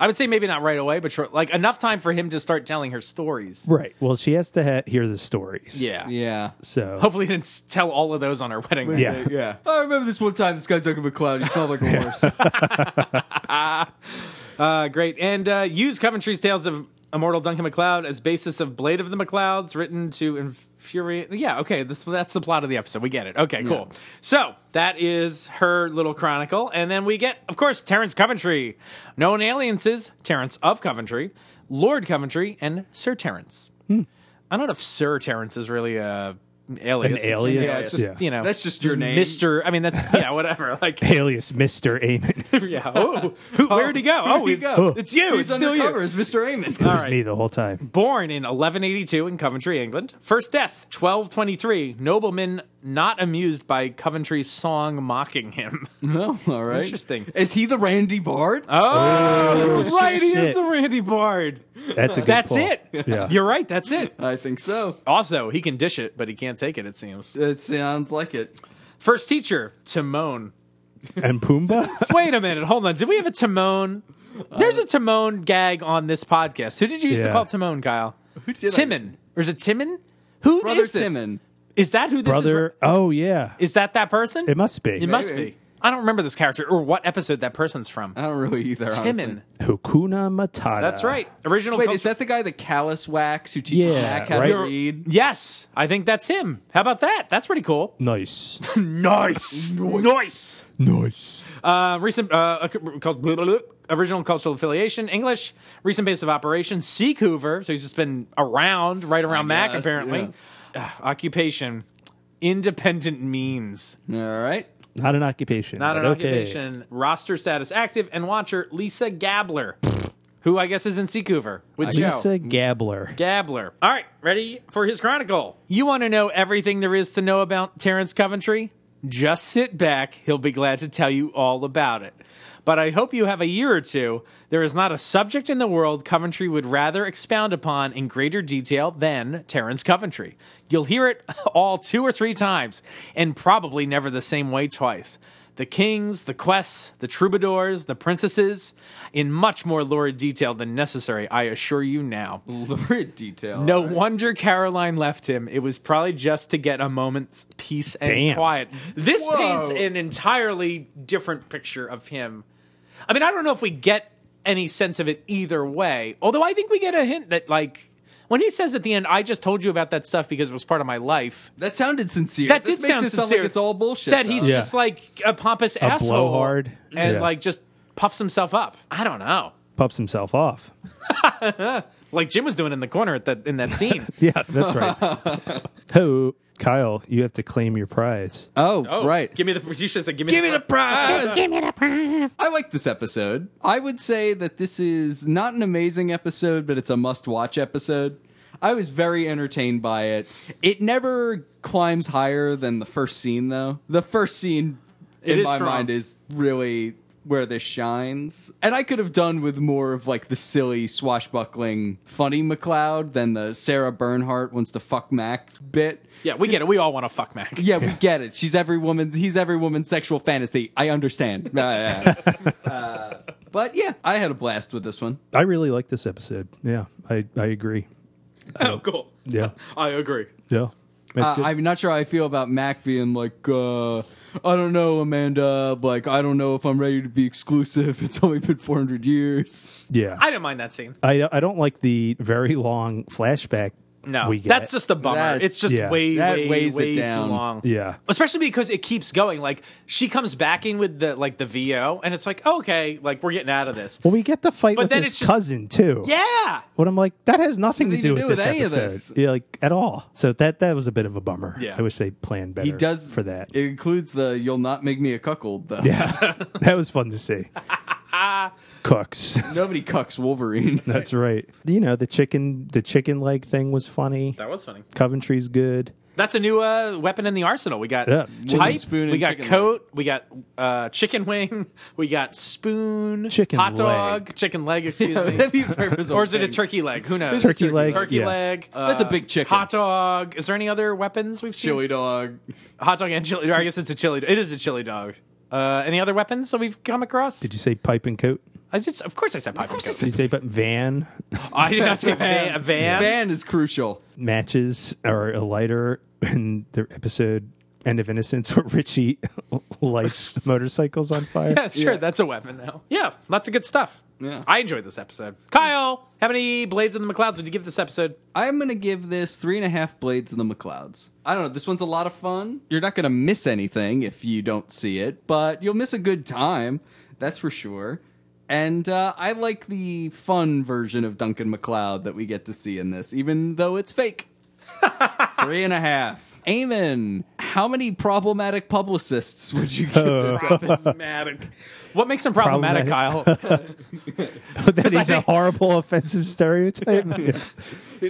Speaker 4: I would say maybe not right away, but short, like enough time for him to start telling her stories.
Speaker 3: Right. Well, she has to ha- hear the stories.
Speaker 4: Yeah.
Speaker 5: Yeah.
Speaker 3: So.
Speaker 4: Hopefully, he didn't s- tell all of those on our wedding. night.
Speaker 3: Yeah.
Speaker 5: Yeah. I remember this one time this guy took a McCloud. He smelled like a horse.
Speaker 4: Uh, great. And uh, use Coventry's Tales of Immortal Duncan MacLeod as basis of Blade of the MacLeods, written to infuriate. Yeah, okay, this, that's the plot of the episode. We get it. Okay, cool. So that is her little chronicle. And then we get, of course, Terrence Coventry. Known aliases, Terrence of Coventry, Lord Coventry, and Sir Terrence.
Speaker 3: Hmm.
Speaker 4: I don't know if Sir Terrence is really a alias. It's-
Speaker 3: alias?
Speaker 4: Yeah, it's just,
Speaker 3: Yeah.
Speaker 4: you know.
Speaker 5: That's just your name.
Speaker 4: Mr. I mean, that's, yeah, whatever. Like,
Speaker 3: Alias Mr. Amen. it
Speaker 4: yeah. Oh, who, where'd he go? Oh,
Speaker 5: he
Speaker 4: it's,
Speaker 5: go?
Speaker 4: it's you.
Speaker 5: He's
Speaker 4: it's still you.
Speaker 5: undercover as Mr. Amon.
Speaker 3: was
Speaker 4: right.
Speaker 3: me the whole time.
Speaker 4: born in 1182 in Coventry, England. First death, 1223. Nobleman not amused by Coventry's song mocking him.
Speaker 5: Oh, all right.
Speaker 4: Interesting.
Speaker 5: Is he the Randy Bard?
Speaker 4: Oh, right, he is
Speaker 3: shit.
Speaker 4: the Randy Bard.
Speaker 3: That's a good
Speaker 4: That's
Speaker 3: pull.
Speaker 4: it.
Speaker 3: Yeah.
Speaker 4: You're right, that's it.
Speaker 5: I think so.
Speaker 4: Also, he can dish it, but he can't take it, it seems.
Speaker 5: It sounds like it.
Speaker 4: First teacher, Timon.
Speaker 3: and Pumbaa?
Speaker 4: Wait a minute, hold on. Did we have a Timon? There's a Timon gag on this podcast. Who did you used to
Speaker 3: Yeah.
Speaker 4: call Timon, Kyle? Who
Speaker 5: did I-
Speaker 4: Timon. Or is it Timon? Who is
Speaker 5: Brother
Speaker 4: this?
Speaker 5: Timon.
Speaker 4: Is that who this is?
Speaker 3: Brother. Oh, yeah.
Speaker 4: Is that that person?
Speaker 3: It must be.
Speaker 4: It must
Speaker 5: Maybe.
Speaker 4: be. I don't remember this character or what episode that person's from.
Speaker 5: I don't really either. honestly.
Speaker 4: Timon. Oh,
Speaker 3: Hakuna Matata.
Speaker 4: That's right. Original.
Speaker 5: Wait,
Speaker 4: comes-
Speaker 5: is that the guy, the callus wax, who teaches
Speaker 3: Yeah,
Speaker 5: Mac how
Speaker 3: right?
Speaker 5: to read?
Speaker 4: Yes, I think that's him. How about that? That's pretty cool.
Speaker 3: Nice.
Speaker 4: Nice, nice.
Speaker 3: nice.
Speaker 4: Uh, recent uh, uh, cult- blah, blah, blah. original cultural affiliation, English. Recent base of operations, Seacouver. So he's just been around, right around Mac,
Speaker 5: guess,
Speaker 4: apparently. Ugh, occupation, independent means,
Speaker 5: All right.
Speaker 3: Not an occupation.
Speaker 4: not
Speaker 3: but
Speaker 4: an
Speaker 3: okay.
Speaker 4: occupation. Roster status active and watcher Lisa Gabler, who I guess is in Seacouver with Joe.
Speaker 3: Lisa Gabler.
Speaker 4: Gabler. All right, ready for his chronicle. You want to know everything there is to know about Terrence Coventry? Just sit back. He'll be glad to tell you all about it. But I hope you have a year or two. There is not a subject in the world Coventry would rather expound upon in greater detail than Terrence Coventry. You'll hear it all two or three times, and probably never the same way twice the kings, the quests, the troubadours, the princesses, in much more lurid detail than necessary, I assure you now.
Speaker 5: Lurid detail.
Speaker 4: No wonder Caroline left him. It was probably just to get a moment's peace and
Speaker 3: Damn.
Speaker 4: quiet. This
Speaker 5: Whoa.
Speaker 4: paints an entirely different picture of him. I mean, I don't know if we get any sense of it either way, although I think we get a hint that, like, when he says at the end, I just told you about that stuff because it was part of my life.
Speaker 5: That sounded sincere.
Speaker 4: That
Speaker 5: This
Speaker 4: did
Speaker 5: makes
Speaker 4: sound
Speaker 5: it
Speaker 4: sincere.
Speaker 5: like it's all bullshit.
Speaker 4: That
Speaker 5: though.
Speaker 4: he's
Speaker 3: Yeah.
Speaker 4: just like a pompous asshole,
Speaker 3: blowhard.
Speaker 4: and
Speaker 3: Yeah.
Speaker 4: like just puffs himself up. I don't know,
Speaker 3: Puffs himself off.
Speaker 4: like Jim was doing in the corner at that in that scene.
Speaker 3: Yeah, that's right. oh, Kyle, you have to claim your prize.
Speaker 5: Oh,
Speaker 4: Oh,
Speaker 5: right.
Speaker 4: Give me the. You should say, give me
Speaker 5: Give
Speaker 4: the.
Speaker 5: me the prize. Give me the prize. I like this episode. I would say that this is not an amazing episode, but it's a must-watch episode. I was very entertained by it. It never climbs higher than the first scene, though. The first scene,
Speaker 4: It
Speaker 5: in
Speaker 4: is
Speaker 5: my
Speaker 4: strong.
Speaker 5: mind, is really where this shines. And I could have done with more of like the silly, swashbuckling, funny McLeod than the Sarah Bernhardt wants to fuck Mac bit.
Speaker 4: Yeah, we get it. We all want to fuck Mac.
Speaker 5: Yeah, we get it. She's every woman. He's every woman's sexual fantasy. I understand. Uh, uh, but yeah, I had a blast with this one.
Speaker 3: I really like this episode. Yeah, I, I agree.
Speaker 4: Oh, cool.
Speaker 3: Yeah.
Speaker 4: I agree.
Speaker 3: Yeah. That's
Speaker 5: Uh,
Speaker 3: good.
Speaker 5: I'm not sure how I feel about Mac being like, uh, I don't know, Amanda. Like, I don't know if I'm ready to be exclusive. It's only been 400 years.
Speaker 3: yeah.
Speaker 4: I didn't mind that scene.
Speaker 3: I, I don't like the very long flashback.
Speaker 4: No,
Speaker 3: we get.
Speaker 4: that's just a bummer.
Speaker 5: That's-
Speaker 4: it's just
Speaker 3: yeah.
Speaker 4: way,
Speaker 5: That
Speaker 4: way,
Speaker 5: weighs it
Speaker 4: way
Speaker 5: down.
Speaker 4: too long.
Speaker 3: Yeah.
Speaker 4: especially because it keeps going. Like she comes back in with the like the VO, and it's like okay, like we're getting out of this.
Speaker 3: Well, we get the fight
Speaker 4: But
Speaker 3: with
Speaker 4: then
Speaker 3: his
Speaker 4: it's just-
Speaker 3: cousin too.
Speaker 4: Yeah,
Speaker 3: But I'm like, that has nothing to
Speaker 5: Nothing
Speaker 3: do with, this
Speaker 5: any of
Speaker 3: episode.
Speaker 5: this.
Speaker 3: Yeah, like at all. So that that was a bit of a bummer.
Speaker 4: Yeah.
Speaker 3: I wish they planned better.
Speaker 5: He does
Speaker 3: for that.
Speaker 5: It includes the "You'll not make me a cuckold." Though.
Speaker 3: yeah, that was fun to see. Cooks.
Speaker 5: Nobody cucks Wolverine.
Speaker 3: That's right. You know the chicken, the chicken leg thing was funny.
Speaker 4: that was funny.
Speaker 3: Coventry's good.
Speaker 4: That's a new uh, weapon in the arsenal. We got
Speaker 3: Yeah.
Speaker 4: pipe,
Speaker 3: Chicken
Speaker 5: spoon and
Speaker 4: we got
Speaker 5: chicken
Speaker 4: coat, we got uh, chicken wing, we got spoon,
Speaker 3: Chicken
Speaker 4: hot dog, chicken leg. Excuse me.
Speaker 5: That'd be perfect.
Speaker 4: Or is it a turkey leg? Who knows?
Speaker 3: Turkey leg,
Speaker 4: Turkey
Speaker 3: yeah.
Speaker 4: leg.
Speaker 5: That's a
Speaker 4: uh,
Speaker 5: big chicken.
Speaker 4: Hot dog. Is there any other weapons we've seen?
Speaker 5: Chili dog.
Speaker 4: hot dog and chili. I guess it's a chili. It is a chili dog. Uh, any other weapons that we've come across?
Speaker 3: Did you say pipe and coat?
Speaker 4: I did, of course, I said pipe. and
Speaker 3: Did you say but van
Speaker 4: coke. I did not say van. A van.
Speaker 5: Van is crucial.
Speaker 3: matches or a lighter in the episode End of Innocence where Richie lights motorcycles on fire?
Speaker 4: Yeah, sure,
Speaker 5: Yeah.
Speaker 4: that's a weapon now. Yeah, lots of good stuff.
Speaker 5: Yeah.
Speaker 4: I enjoyed this episode. Kyle, how many blades in the McLeods would you give this episode?
Speaker 5: I'm gonna give this three and a half blades in the McLeods. I don't know. This one's a lot of fun. You're not gonna miss anything if you don't see it, but you'll miss a good time. That's for sure. And uh, I like the fun version of Duncan McLeod that we get to see in this, even though it's fake. three and a half. Eamon, how many problematic publicists would you give this? episode?
Speaker 4: Problematic. what makes him problematic, Kyle?
Speaker 3: But that is a
Speaker 4: think-
Speaker 3: horrible offensive stereotype. Yeah.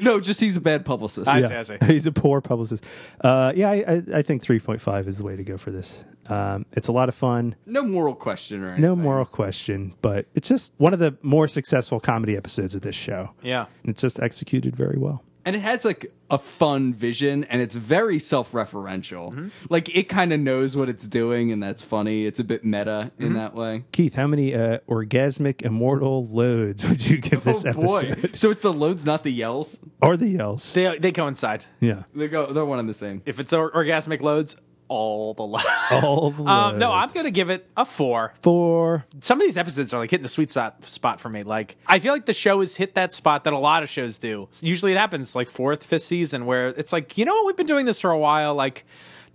Speaker 5: No, just he's a bad publicist.
Speaker 4: I
Speaker 3: Yeah.
Speaker 4: see, I see.
Speaker 3: He's a poor publicist. Uh, yeah, I, I, I think 3.5 is the way to go for this. Um, it's a lot of fun.
Speaker 5: No moral question or anything.
Speaker 3: No moral question, but it's just one of the more successful comedy episodes of this show.
Speaker 4: Yeah.
Speaker 3: It's just executed very well.
Speaker 5: and it has like a fun vision and it's very self-referential
Speaker 4: Mm-hmm.
Speaker 5: like it kind of knows what it's doing and that's funny it's a bit meta
Speaker 4: Mm-hmm.
Speaker 5: in that way
Speaker 3: Keith, how many uh, orgasmic immortal loads would you give
Speaker 4: Oh,
Speaker 3: this episode?
Speaker 5: so it's the loads not the yells
Speaker 3: Or the yells?
Speaker 4: They, they coincide.
Speaker 3: yeah.
Speaker 5: they go they're one and the same
Speaker 4: If it's or- orgasmic loads, all the love.
Speaker 3: All the
Speaker 4: Um, no,
Speaker 3: love.
Speaker 4: I'm going to give it a four.
Speaker 3: Four.
Speaker 4: Some of these episodes are like hitting the sweet spot, spot for me. Like, I feel like the show has hit that spot that a lot of shows do. Usually it happens like fourth, fifth season where it's like, you know what? We've been doing this for a while. Like,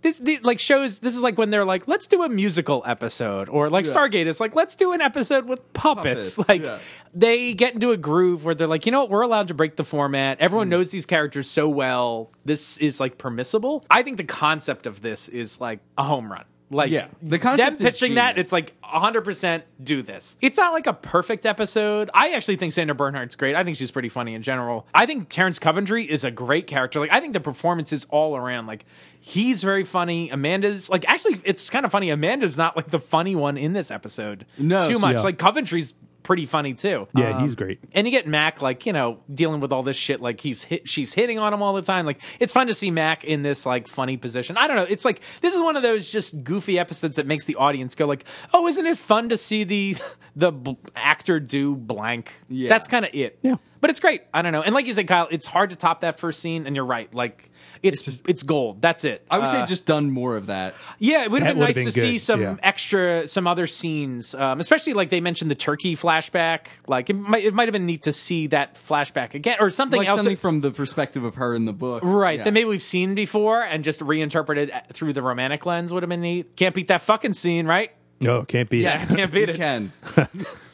Speaker 4: this, the, like shows this is like when they're like let's do a musical episode or like
Speaker 5: Yeah.
Speaker 4: stargate is like let's do an episode with puppets,
Speaker 5: Puppets,
Speaker 4: like
Speaker 5: yeah.
Speaker 4: they get into a groove where they're like, you know what, we're allowed to break the format.
Speaker 5: Hmm.
Speaker 4: Everyone knows these characters so well. This is like permissible. I think the concept of this is like a home run. Like
Speaker 5: Yeah. The
Speaker 4: them
Speaker 5: concept is
Speaker 4: pitching that,
Speaker 5: genius.
Speaker 4: it's like 100% do this. It's not like a perfect episode. I actually think Sandra Bernhardt's great. I think she's pretty funny in general. I think Terrence Coventry is a great character. Like I think the performances all around like he's very funny. Amanda's like actually it's kind of funny. Amanda's not like the funny one in this episode.
Speaker 5: No,
Speaker 4: too much.
Speaker 3: yeah.
Speaker 4: Like Coventry's pretty funny too.
Speaker 3: Yeah, he's great.
Speaker 4: And you get Mac like you know dealing with all this shit like he's hit, she's hitting on him all the time. Like it's fun to see Mac in this like funny position. I don't know. It's like this is one of those just goofy episodes that makes the audience go like, oh, isn't it fun to see the the bl- actor do blank?
Speaker 5: Yeah.
Speaker 4: that's kind of it.
Speaker 3: Yeah.
Speaker 4: But it's great. I don't know. And like you said, Kyle, it's hard to top that first scene. And you're right. Like it's it's, gold. That's it.
Speaker 5: I would
Speaker 4: Uh,
Speaker 5: say just done more of that.
Speaker 4: yeah, it would
Speaker 3: That
Speaker 4: have been nice
Speaker 3: would've
Speaker 4: to
Speaker 3: been
Speaker 4: see
Speaker 3: good,
Speaker 4: some
Speaker 3: yeah.
Speaker 4: extra, some other scenes, um, especially like they mentioned the turkey flashback. Like it might, it might have been neat to see that flashback again or something
Speaker 5: Like
Speaker 4: else.
Speaker 5: something from the perspective of her in the book.
Speaker 4: Right,
Speaker 5: Yeah.
Speaker 4: that maybe we've seen before and just reinterpreted uh, through the romantic lens would have been neat. Can't beat that fucking scene, right?
Speaker 3: No, can't beat
Speaker 5: Yes,
Speaker 3: it.
Speaker 4: Can't beat
Speaker 5: you
Speaker 4: it.
Speaker 5: Can.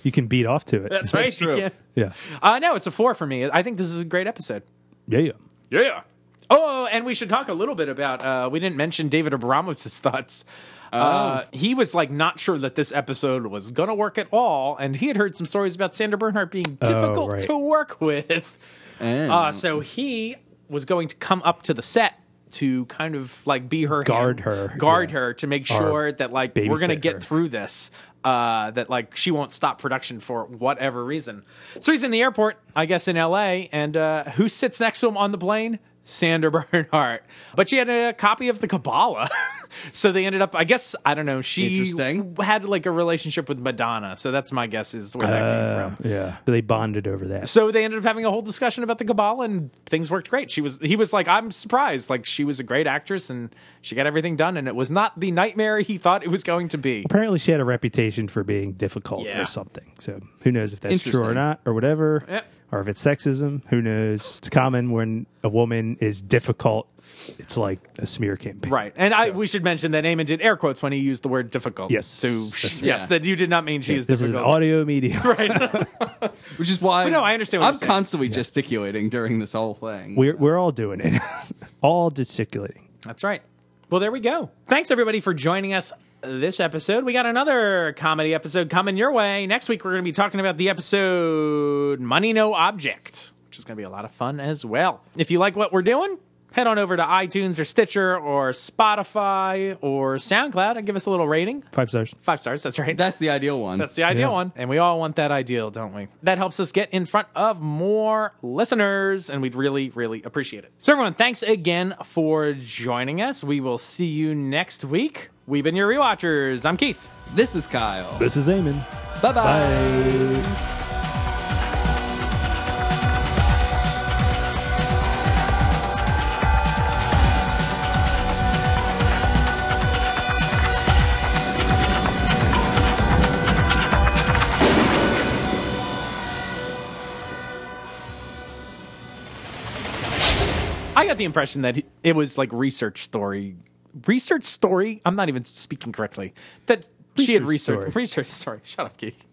Speaker 3: You can beat off to it.
Speaker 4: That's right. you
Speaker 5: true.
Speaker 4: can't-
Speaker 3: Yeah.
Speaker 4: Uh, no, it's a four for me. I think this is a great episode.
Speaker 3: Yeah, yeah.
Speaker 4: Yeah. Oh, and we should talk a little bit about. Uh, we didn't mention David Abramovich's thoughts.
Speaker 3: Oh.
Speaker 4: Uh, he was like not sure that this episode was gonna work at all, and he had heard some stories about Sandra Bernhardt being difficult
Speaker 3: Oh, right.
Speaker 4: to
Speaker 3: Oh.
Speaker 4: work with.
Speaker 5: And-
Speaker 4: Uh, so he was going to come up to the set to kind of like be her
Speaker 3: Guard
Speaker 4: hand-
Speaker 3: her,
Speaker 4: guard
Speaker 3: yeah.
Speaker 4: her to make sure that like we're gonna
Speaker 3: babysit
Speaker 4: get
Speaker 3: her.
Speaker 4: through this. Uh, that like she won't stop production for whatever reason. So he's in the airport, I guess, in L.A. And uh, who sits next to him on the plane? Sandra Bernhardt. But she had a copy of the Kabbalah, so they ended up. I guess I don't know. She
Speaker 5: Interesting.
Speaker 4: had like a relationship with Madonna, so that's my guess is where that came
Speaker 3: Uh,
Speaker 4: from.
Speaker 3: Yeah. They bonded over that.
Speaker 4: So they ended up having a whole discussion about the Kabbalah, and things worked great. She was, he was like, I'm surprised. Like she was a great actress, and she got everything done, and it was not the nightmare he thought it was going to be.
Speaker 3: Apparently, she had a reputation for being difficult
Speaker 4: Yeah.
Speaker 3: or something. So who knows if that's true or
Speaker 5: Interesting.
Speaker 3: not or whatever.
Speaker 4: Yep.
Speaker 3: Or if it's sexism, who knows? It's common when a woman is difficult, it's like a smear campaign.
Speaker 4: Right, and I we should mention that Eamon did air quotes when he used the word difficult.
Speaker 3: Yes.
Speaker 4: so
Speaker 3: That's
Speaker 4: yes,
Speaker 5: right.
Speaker 4: that you did not mean she is
Speaker 3: This is an
Speaker 4: difficult.
Speaker 3: audio medium.
Speaker 5: Which is why.
Speaker 4: But no, I understand what
Speaker 5: I'm
Speaker 4: you're saying.
Speaker 5: constantly gesticulating during this whole thing.
Speaker 3: We're, we're all doing it, all gesticulating.
Speaker 4: That's right. Well, there we go. Thanks everybody for joining us this episode. We got another comedy episode coming your way. Next week we're going to be talking about the episode Money No Object, which is going to be a lot of fun as well. If you like what we're doing, head on over to iTunes or Stitcher or Spotify or SoundCloud and give us a little rating.
Speaker 3: Five stars.
Speaker 4: 5 stars, that's right.
Speaker 5: That's the ideal one.
Speaker 4: That's the ideal
Speaker 3: Yeah.
Speaker 4: one. And we all want that ideal, don't we? That helps us get in front of more listeners, and we'd really, really appreciate it. So, everyone, thanks again for joining us. We will see you next week. We've been your rewatchers. I'm Keith.
Speaker 5: this is Kyle.
Speaker 3: This is Eamon.
Speaker 5: Bye-bye.
Speaker 3: Bye.
Speaker 4: I got the impression that it was like research story. Research story? I'm not even speaking correctly. That she had
Speaker 3: Research
Speaker 4: research. Research story. Shut up, Keith.